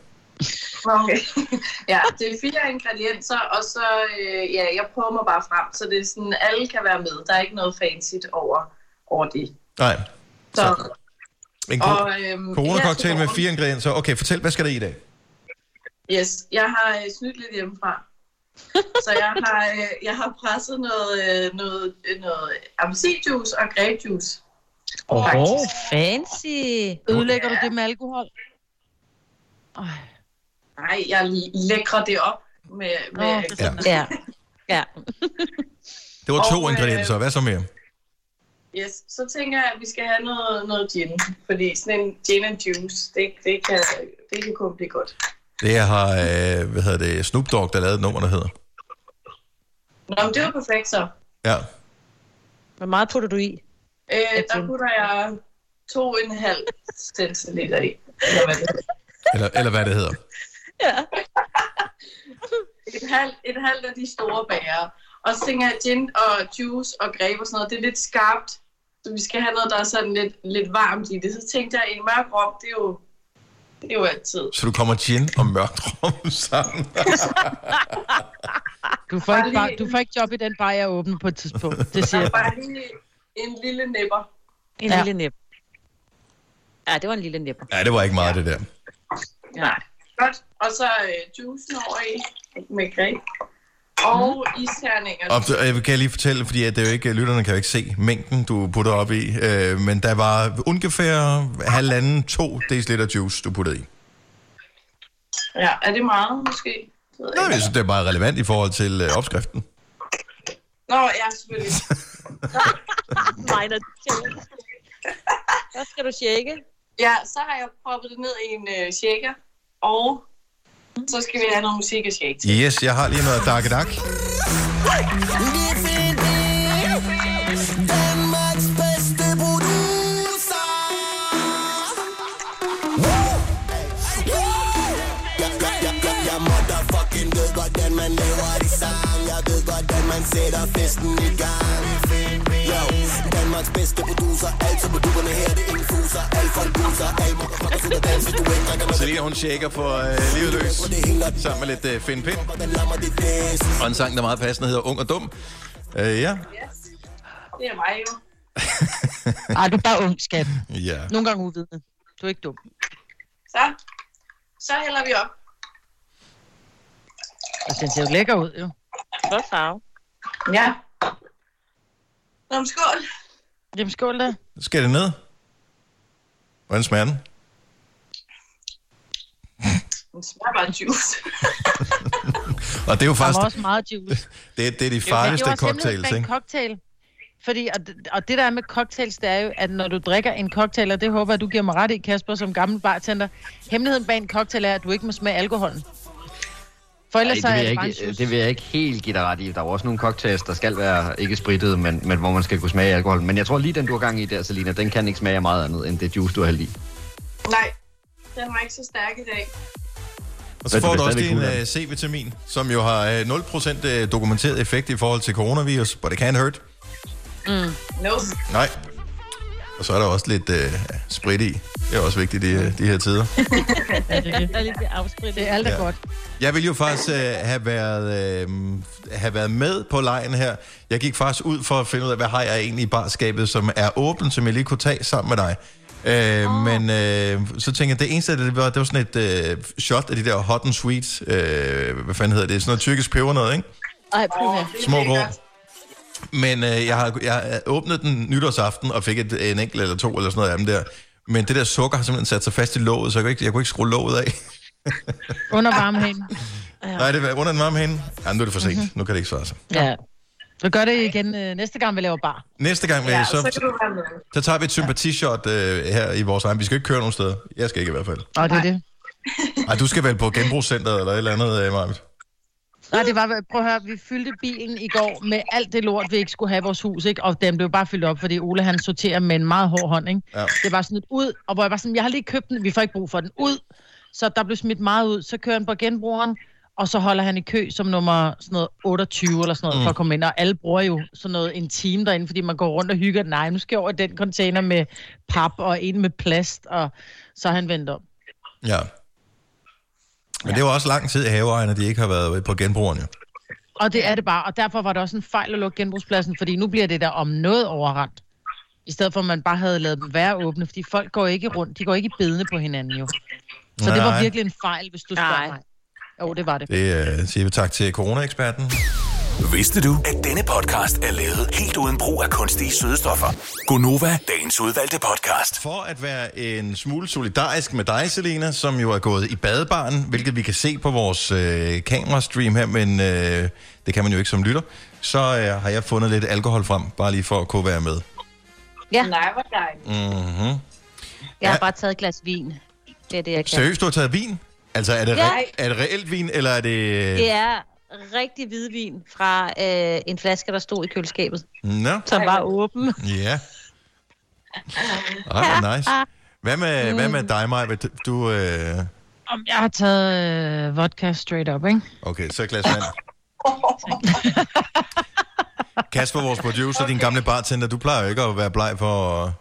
[SPEAKER 6] Nå, Okay. ja, det er fire ingredienser, og så... Øh, ja, jeg prøver mig bare frem, så det er sådan, alle kan være med. Der er ikke noget fancy over, over det.
[SPEAKER 2] Nej.
[SPEAKER 6] Så,
[SPEAKER 2] En ko-
[SPEAKER 6] Og, øhm,
[SPEAKER 2] corona-cocktail
[SPEAKER 6] ja,
[SPEAKER 2] med fire ingredienser. Okay, fortæl, hvad skal der i i dag?
[SPEAKER 6] Yes, jeg har øh, snydt lidt hjemmefra. Så jeg har, øh, jeg har presset noget, øh, noget, øh, noget appelsinjuice og grapejuice.
[SPEAKER 3] Åh,
[SPEAKER 6] Faktisk.
[SPEAKER 3] fancy. Ødelægger du det med alkohol?
[SPEAKER 6] Nej, jeg lækrer det op med... med
[SPEAKER 3] Nå, det er sådan. Ja.
[SPEAKER 6] ja.
[SPEAKER 2] Det var to
[SPEAKER 6] Og, øh,
[SPEAKER 2] ingredienser. Hvad så mere?
[SPEAKER 6] Yes, så tænker jeg, at vi skal have noget, noget gin. Fordi sådan en gin and juice, det, det, kan, det kan kun blive godt.
[SPEAKER 2] Det har, øh, hvad hedder det, Snoop Dogg, der lavede et nummer, der hedder.
[SPEAKER 6] Nå, men det var perfekt så. Øh,
[SPEAKER 2] Ja.
[SPEAKER 6] Hvor meget putter du i? Øh, der putter jeg to og en halv centiliter i.
[SPEAKER 2] Eller, eller hvad det hedder.
[SPEAKER 6] Ja. Et halvt, et halvt af de store bager. Og så tænker jeg, gin og juice og greb og sådan noget, det er lidt skarpt. Så vi skal have noget, der er sådan lidt, lidt varmt i det. Så tænkte jeg, en mørk rom, det er jo, det er jo altid.
[SPEAKER 2] Så du kommer gin og mørkt rum sammen.
[SPEAKER 3] Du får, ikke, bar, du får ikke job i den bar, jeg åbner på et tidspunkt. Det siger
[SPEAKER 6] Der er
[SPEAKER 3] jeg.
[SPEAKER 6] bare lige en lille nipper.
[SPEAKER 4] En
[SPEAKER 3] Ja.
[SPEAKER 4] ja. lille næb. Ja, det var en lille næb.
[SPEAKER 2] Ja, det var ikke meget det der.
[SPEAKER 6] Ja. Godt. Og så øh, juicen over i med greb. Og isterninger.
[SPEAKER 2] Mm. Og så, jeg kan lige fortælle, fordi at det er jo ikke, lytterne kan jo ikke se mængden, du putter op i, øh, men der var ungefær halvanden, to dl juice, du puttede i.
[SPEAKER 6] Ja, er det meget måske? Det ved jeg
[SPEAKER 2] Nå,
[SPEAKER 6] ikke.
[SPEAKER 2] jeg synes, det er bare relevant i forhold til øh, opskriften.
[SPEAKER 6] Nå, ja, selvfølgelig.
[SPEAKER 4] Nej, når du shaker. Så skal du shake.
[SPEAKER 6] Ja, så har jeg proppet det ned i en øh, shaker. Og
[SPEAKER 2] Mm.
[SPEAKER 6] så skal vi have noget musik og shake.
[SPEAKER 2] Yes, jeg har lige noget dakkedak.
[SPEAKER 8] Danmarks bedste producer. Woo! Woo! Jeg, jeg, jeg, jeg, jeg motherfucking ved, hvordan man laver de sang. Jeg ved, hvordan man sætter festen i gang. Yo, Danmarks bedste producer. Altid på duberne her, det er infuser. Alt for en buser. Alt motherfuckers ud af dans, hvis du ikke drikker med
[SPEAKER 2] Selina, hun shaker for øh, livet løs, sammen med lidt øh, Finn Pind. Og en sang, der er meget passende, hedder Ung og Dum. Øh, ja.
[SPEAKER 6] Det er mig jo.
[SPEAKER 3] Ej, du er bare ung, skat.
[SPEAKER 2] ja.
[SPEAKER 3] Nogle gange uvidende. Du er ikke dum.
[SPEAKER 6] Så, så hælder vi op.
[SPEAKER 3] Altså, den ser jo lækker ud, jo.
[SPEAKER 4] Flot farve.
[SPEAKER 6] Ja. Nå, men skål.
[SPEAKER 3] Jamen, skål da.
[SPEAKER 2] Skal det ned? Hvordan smager den?
[SPEAKER 6] Den smager bare af juice.
[SPEAKER 2] Og det er jo
[SPEAKER 3] Der
[SPEAKER 2] faktisk...
[SPEAKER 3] var også meget juice.
[SPEAKER 2] Det, det er de
[SPEAKER 3] Men det er jo
[SPEAKER 2] farligste
[SPEAKER 3] også hemmeligheden
[SPEAKER 2] cocktails,
[SPEAKER 3] bag en
[SPEAKER 2] ikke?
[SPEAKER 3] cocktail. Fordi, og, det- og det der er med cocktails, det er jo, at når du drikker en cocktail, og det håber jeg, du giver mig ret i, Kasper, som gammel bartender, hemmeligheden bag en cocktail er, at du ikke må smage alkoholen. For ellers
[SPEAKER 7] Ej, det, vil
[SPEAKER 3] så er
[SPEAKER 7] jeg
[SPEAKER 3] det bare en
[SPEAKER 7] ikke, øh,
[SPEAKER 3] sus.
[SPEAKER 7] det vil jeg ikke helt give dig ret i. Der er jo også nogle cocktails, der skal være ikke sprittede, men, men hvor man skal kunne smage alkohol. Men jeg tror lige den, du har gang i der, Selina, den kan ikke smage af meget andet end det juice, du har hældt i.
[SPEAKER 6] Nej, den var ikke så stærk i dag.
[SPEAKER 2] Og så
[SPEAKER 7] Men
[SPEAKER 2] får
[SPEAKER 7] det
[SPEAKER 2] du
[SPEAKER 7] er
[SPEAKER 2] også
[SPEAKER 7] stadigvæk
[SPEAKER 2] din
[SPEAKER 7] cool,
[SPEAKER 2] uh, C-vitamin, som jo har øh, 0% øh, dokumenteret effekt i forhold til coronavirus, but it can't hurt.
[SPEAKER 6] Mm. No.
[SPEAKER 2] Nej. Og så er der også lidt øh, sprit i. Det er også vigtigt i øh, de, de her tider.
[SPEAKER 3] det er lidt afsprit. Det er alt er
[SPEAKER 2] Ja.
[SPEAKER 3] godt.
[SPEAKER 2] Jeg ville jo faktisk øh, have, været, øh, have været med på lejen her. Jeg gik faktisk ud for at finde ud af, hvad har jeg egentlig i barskabet, som er åbent, som jeg lige kunne tage sammen med dig. Øh, oh. Men øh, så tænkte jeg, det eneste, det var, det var sådan et øh, shot af de der hot and sweet, øh, hvad fanden hedder det, sådan noget tyrkisk peber noget, ikke?
[SPEAKER 3] Ej, prøv her.
[SPEAKER 2] Små grå. Men øh, jeg, har, jeg har åbnet den nytårsaften og fik et, en enkelt eller to eller sådan noget af dem der. Men det der sukker har simpelthen sat sig fast i låget, så jeg kunne ikke, jeg kunne ikke skrue låget af.
[SPEAKER 3] Under varmhænden.
[SPEAKER 2] Ja. Nej, det var under den varme hende. Jamen, nu er det for sent. Mm-hmm. Nu kan det ikke svare sig.
[SPEAKER 3] Ja. Så gør det igen øh, næste gang, vi laver bar.
[SPEAKER 2] Næste gang, ja, så, så,
[SPEAKER 6] du være med.
[SPEAKER 2] så tager vi et sympatishot øh, her i vores egen. Vi skal ikke køre nogen steder. Jeg skal ikke i hvert fald.
[SPEAKER 3] Og det er det.
[SPEAKER 2] Ej, du skal vel på genbrugscenteret eller et eller andet, øh, Marvitt.
[SPEAKER 3] Nej, det var, prøv at høre, vi fyldte bilen i går med alt det lort, vi ikke skulle have i vores hus, ikke? og den blev bare fyldt op, fordi Ole han sorterer med en meget hård hånd. Ikke?
[SPEAKER 2] Ja.
[SPEAKER 3] Det var sådan et ud, og hvor jeg var sådan, jeg har lige købt den, vi får ikke brug for den, ud. Så der blev smidt meget ud, så kører han på genbrugeren, og så holder han i kø som nummer sådan noget 28 eller sådan noget, mm.
[SPEAKER 20] Mm.
[SPEAKER 3] for at komme ind. Og alle bruger jo sådan noget en time derinde, fordi man går rundt og hygger. Nej, nu skal jeg over i den container med pap og en med plast, og så er han vendt om.
[SPEAKER 2] Ja. Men ja. det var også lang tid, haveejerne de ikke har været på genbrugeren, jo.
[SPEAKER 3] Og det er det bare, og derfor var det også en fejl at lukke genbrugspladsen, fordi nu bliver det der om noget overrendt. I stedet for, at man bare havde lavet dem være åbne, fordi folk går ikke rundt, de går ikke i bedene på hinanden jo. Så Nej. det var
[SPEAKER 2] Nej.
[SPEAKER 3] virkelig en fejl, hvis du spørger mig. Jo, det var det.
[SPEAKER 2] Det øh, siger vi tak til coronaeksperten.
[SPEAKER 1] Vidste du, at denne podcast er lavet helt uden brug af kunstige sødestoffer?
[SPEAKER 2] Gonova,
[SPEAKER 1] Dagens udvalgte podcast.
[SPEAKER 2] For at være en smule solidarisk med dig, Selena, som jo er gået i badebaren, hvilket vi kan se på vores øh, kamerastream her, men øh, det kan man jo ikke som lytter, så øh, har jeg fundet lidt alkohol frem, bare lige for at kunne være med.
[SPEAKER 4] Ja. Nej, hvor dejligt.
[SPEAKER 2] Mm-hmm.
[SPEAKER 4] Jeg har bare taget et glas vin. Det er det, jeg kan.
[SPEAKER 2] Seriøst, du har taget vin? Altså, er det,
[SPEAKER 4] Ja.
[SPEAKER 2] re- er det reelt vin, eller er det...
[SPEAKER 4] Det er rigtig hvidvin fra øh, en flaske, der stod i køleskabet,
[SPEAKER 2] Nå,
[SPEAKER 4] som var åben.
[SPEAKER 2] ja. Ej, hvor nice. Hvad med, mm. hvad med dig, Maja? Du, øh...
[SPEAKER 3] Om jeg har taget øh, vodka straight up, ikke?
[SPEAKER 2] Okay, så et glas vand. Kasper, vores producer, okay. din gamle bartender, du plejer jo ikke at være bleg for... at-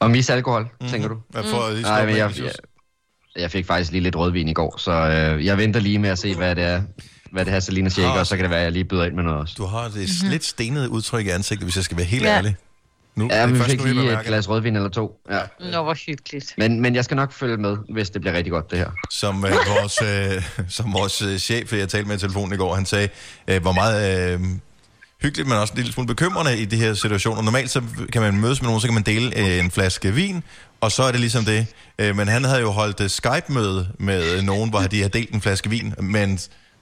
[SPEAKER 7] Og misse alkohol, mm-hmm. tænker du?
[SPEAKER 2] Ja, for at lige
[SPEAKER 7] Nej,
[SPEAKER 2] stoppe
[SPEAKER 7] men
[SPEAKER 2] med
[SPEAKER 7] jeg,
[SPEAKER 2] det,
[SPEAKER 7] jeg, jeg fik faktisk lige lidt rødvin i går, så øh, jeg venter lige med at se, hvad det er, hvad det her Selina shaker, og så kan det være, at jeg lige byder ind med noget også.
[SPEAKER 2] Du har det Mhm. lidt stenede udtryk i ansigtet, hvis jeg skal være helt
[SPEAKER 7] Ja.
[SPEAKER 2] ærlig. Nu, det
[SPEAKER 7] ja,
[SPEAKER 2] er
[SPEAKER 7] men vi
[SPEAKER 2] først
[SPEAKER 7] fik
[SPEAKER 2] nu, jeg
[SPEAKER 7] lige et
[SPEAKER 2] bemærker
[SPEAKER 7] glas rødvin eller to. Ja.
[SPEAKER 2] Mm.
[SPEAKER 12] Nå, hvor hyggeligt.
[SPEAKER 7] Men, men jeg skal nok følge med, hvis det bliver rigtig godt, det her.
[SPEAKER 2] Som, øh, vores, øh, som vores øh, chef, jeg talte med i telefonen i går, han sagde, øh, hvor meget øh, hyggeligt, men også en lille smule bekymrende i de her situationer. Normalt så kan man mødes med nogen, så kan man dele øh, en flaske vin, og så er det ligesom det. Øh, men han havde jo holdt øh, Skype-møde med øh, nogen, hvor de havde delt en flaske vin, men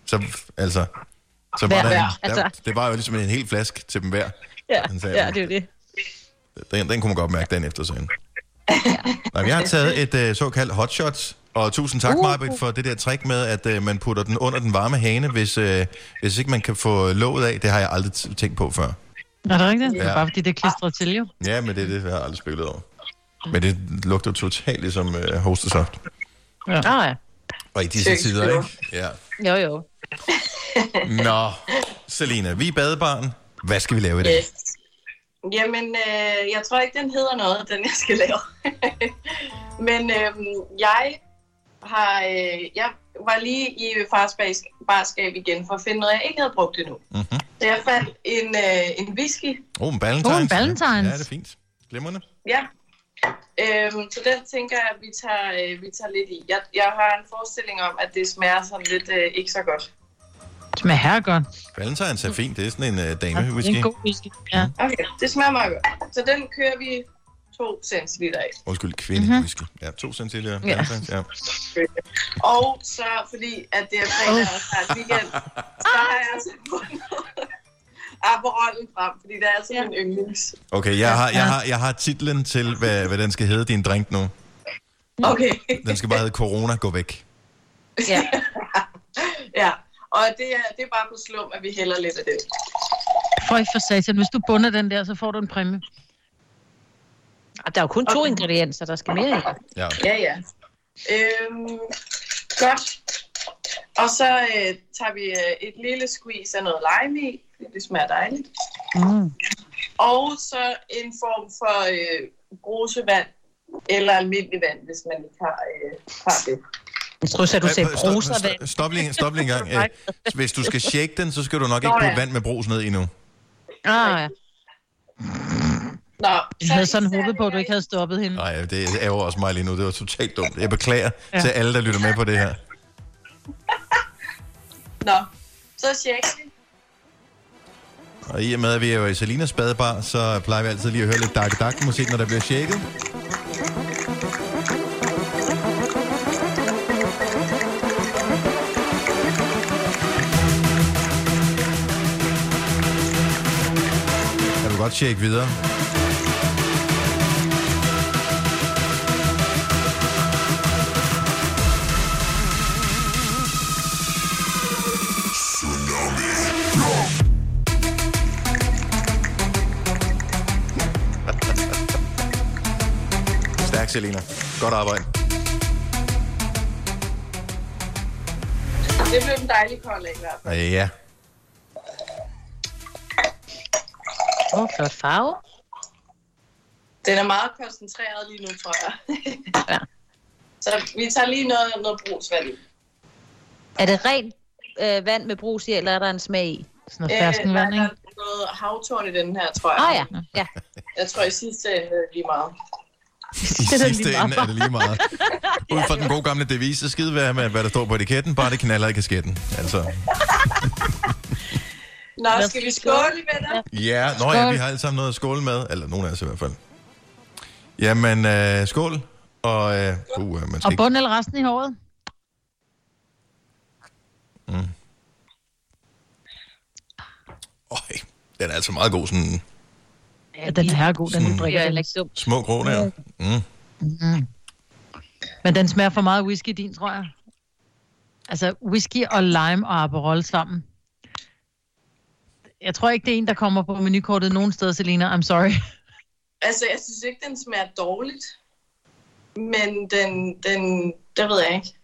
[SPEAKER 2] så, altså, så var der,
[SPEAKER 4] Hver,
[SPEAKER 2] en,
[SPEAKER 4] hver,
[SPEAKER 2] der,
[SPEAKER 4] altså.
[SPEAKER 2] det var jo ligesom en hel flaske til dem hver.
[SPEAKER 4] Ja,
[SPEAKER 2] Han sagde,
[SPEAKER 4] ja det er jo det.
[SPEAKER 2] Den, den kunne man godt mærke den efter sådan. Nej, men jeg har taget et øh, såkaldt hotshot, og tusind tak, uh.
[SPEAKER 21] Uh.
[SPEAKER 2] Marbet, for det der trick med, at øh, man putter den under den varme hane, hvis, øh, hvis ikke man kan få låget af. Det har jeg aldrig t- tænkt på før.
[SPEAKER 3] Er det rigtigt? Ja. Det
[SPEAKER 2] Ja.
[SPEAKER 3] er bare fordi, det er klistret til, jo.
[SPEAKER 2] Ja, men det er det, jeg har aldrig spillet over. Men det lugter totalt ligesom øh, hostesaft.
[SPEAKER 3] Ja. Ah, ja.
[SPEAKER 2] Og i disse
[SPEAKER 3] Tjek,
[SPEAKER 2] tider,
[SPEAKER 3] jo.
[SPEAKER 2] ikke? Ja.
[SPEAKER 12] Jo, jo.
[SPEAKER 2] Nå, Selina, vi er badebarn. Hvad skal vi lave i dag?
[SPEAKER 6] Yes. Jamen, øh, jeg tror ikke, den hedder noget, den jeg skal lave. Men øh, jeg har, øh, jeg var lige i farsbas- barskab igen for at finde noget, jeg ikke havde brugt endnu.
[SPEAKER 2] Mhm.
[SPEAKER 6] Så jeg fandt en, øh, en whisky.
[SPEAKER 2] Oh, en valentines.
[SPEAKER 6] Oh, en valentines.
[SPEAKER 2] Ja, det er fint. Glimrende.
[SPEAKER 6] Ja. Øhm, så den tænker jeg, at vi tager, øh, vi tager lidt i. Jeg, jeg har en forestilling om, at det smager sådan lidt øh, ikke så godt.
[SPEAKER 3] Smager her godt.
[SPEAKER 2] Valentines er fint. Det er sådan en øh,
[SPEAKER 3] Ja,
[SPEAKER 2] dame,
[SPEAKER 3] det er en god whisky. Ja.
[SPEAKER 6] Okay, det smager meget godt. Så den kører vi 2 centiliter af.
[SPEAKER 2] Undskyld, kvinde mm-hmm. whisky. Ja, to centiliter. Ja. Valentines, ja.
[SPEAKER 6] Og så, fordi at det er fredag og snart weekend, så har jeg altså fundet Aperollen frem, fordi det er altså min yndlings.
[SPEAKER 2] Okay, jeg har, jeg, har, jeg har titlen til, hvad, hvad den skal hedde, din drink nu.
[SPEAKER 6] Okay.
[SPEAKER 2] Den skal bare hedde Corona, gå væk.
[SPEAKER 6] Ja. ja. Og det er, det er bare på slum, at vi hælder lidt af det.
[SPEAKER 3] For i for satan, hvis du bunder den der, så får du en præmie.
[SPEAKER 4] Og Ah, der er jo kun to ingredienser, der skal mere i.
[SPEAKER 2] Ja.
[SPEAKER 6] Ja, ja. Øhm, godt. Og så øh, tager vi øh, et lille squeeze af noget lime i, fordi det smager dejligt.
[SPEAKER 3] Mm.
[SPEAKER 6] Og så en form for øh, brusevand, eller almindelig vand, hvis man ikke har, øh, har det.
[SPEAKER 4] Jeg tror, så du
[SPEAKER 2] Øh,
[SPEAKER 4] sagde
[SPEAKER 2] øh, stop-
[SPEAKER 4] bruser
[SPEAKER 2] stop- Stop lige, stop lige en gang. Øh, Hvis du skal shake den, så skal du nok
[SPEAKER 6] Nå,
[SPEAKER 2] ikke putte
[SPEAKER 6] ja.
[SPEAKER 2] vand med brus ned endnu.
[SPEAKER 3] Ah, ja.
[SPEAKER 6] Nå,
[SPEAKER 3] jeg havde sådan håbet på, at du ikke havde stoppet hende.
[SPEAKER 2] Nej, det ærger også mig lige nu. Det var totalt dumt. Jeg beklager ja.
[SPEAKER 3] Ja.
[SPEAKER 2] til alle, der lytter med på det her.
[SPEAKER 6] Nå, så shake det.
[SPEAKER 2] Og i og med, at vi er jo i Selinas badebar, så plejer vi altid lige at høre lidt dark dark musik, når der bliver shaket. Jeg vil godt shake videre. Stærk, Selina. Godt arbejde.
[SPEAKER 6] Det blev en dejlig kold af i hvert fald.
[SPEAKER 2] Øh, Ja.
[SPEAKER 4] Åh, oh, flot farve.
[SPEAKER 6] Den er meget koncentreret lige nu, tror jeg. så vi tager lige noget, noget brusvand i.
[SPEAKER 4] Er det rent øh, vand med brus i, eller er der en smag i?
[SPEAKER 3] Sådan
[SPEAKER 2] Øh,
[SPEAKER 6] nej, der Øh, er noget havtorn i den her, tror jeg.
[SPEAKER 3] Ah,
[SPEAKER 4] Åh, ja. ja.
[SPEAKER 6] Jeg tror i sidste ende er det lige meget.
[SPEAKER 2] I sidste ende er det lige meget. Ud fra den gode gamle devise, så skide være med, hvad der står på etiketten, bare det knaller i kasketten. Altså,
[SPEAKER 6] Nå, skal vi skåle, venner?
[SPEAKER 2] ja, nå ja, vi har alle sammen noget at skåle med. Eller nogen af os i hvert fald. Jamen, øh, skål. Og, øh, uh, man skal
[SPEAKER 3] Og
[SPEAKER 2] ikke...
[SPEAKER 3] bund eller resten i håret?
[SPEAKER 2] Mm. Øj, den er altså meget god, sådan
[SPEAKER 3] Ja, den her er god, den
[SPEAKER 2] Sådan-
[SPEAKER 3] du drikker.
[SPEAKER 2] Ja,
[SPEAKER 3] Den.
[SPEAKER 2] små grå der. Mm.
[SPEAKER 3] Mm. Men den smager for meget whisky din, tror jeg. Altså whisky og lime og Aperol sammen. Jeg tror ikke, det er en, der kommer på menukortet nogen steder, Selina. I'm sorry.
[SPEAKER 6] Altså, jeg synes ikke, den smager dårligt. Men den, den, det ved jeg ikke.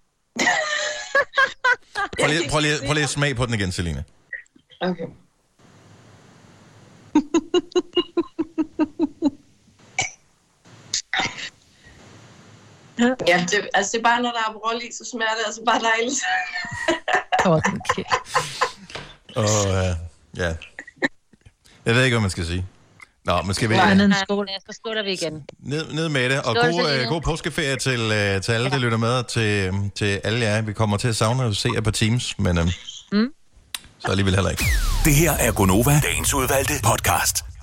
[SPEAKER 2] Prøv lige, prøv lige, prøv lige at smage på den igen, Selina.
[SPEAKER 6] Okay. ja, det, altså det er bare, når der er brol i, så smager det altså bare dejligt.
[SPEAKER 12] okay.
[SPEAKER 2] Og øh, ja. Jeg ved ikke, hvad man skal sige. Nå, men skal vi
[SPEAKER 4] Nej, nej, nej, så skåler vi igen.
[SPEAKER 2] ned, ned med det. Og
[SPEAKER 4] Skål,
[SPEAKER 2] god, øh,
[SPEAKER 4] Selina.
[SPEAKER 2] god påskeferie til, øh, til alle, der lytter med, og til, øh, til alle jer. Vi kommer til at savne at se jer på Teams, men øh, mm. så alligevel heller ikke.
[SPEAKER 1] Det her er Gonova, dagens udvalgte podcast.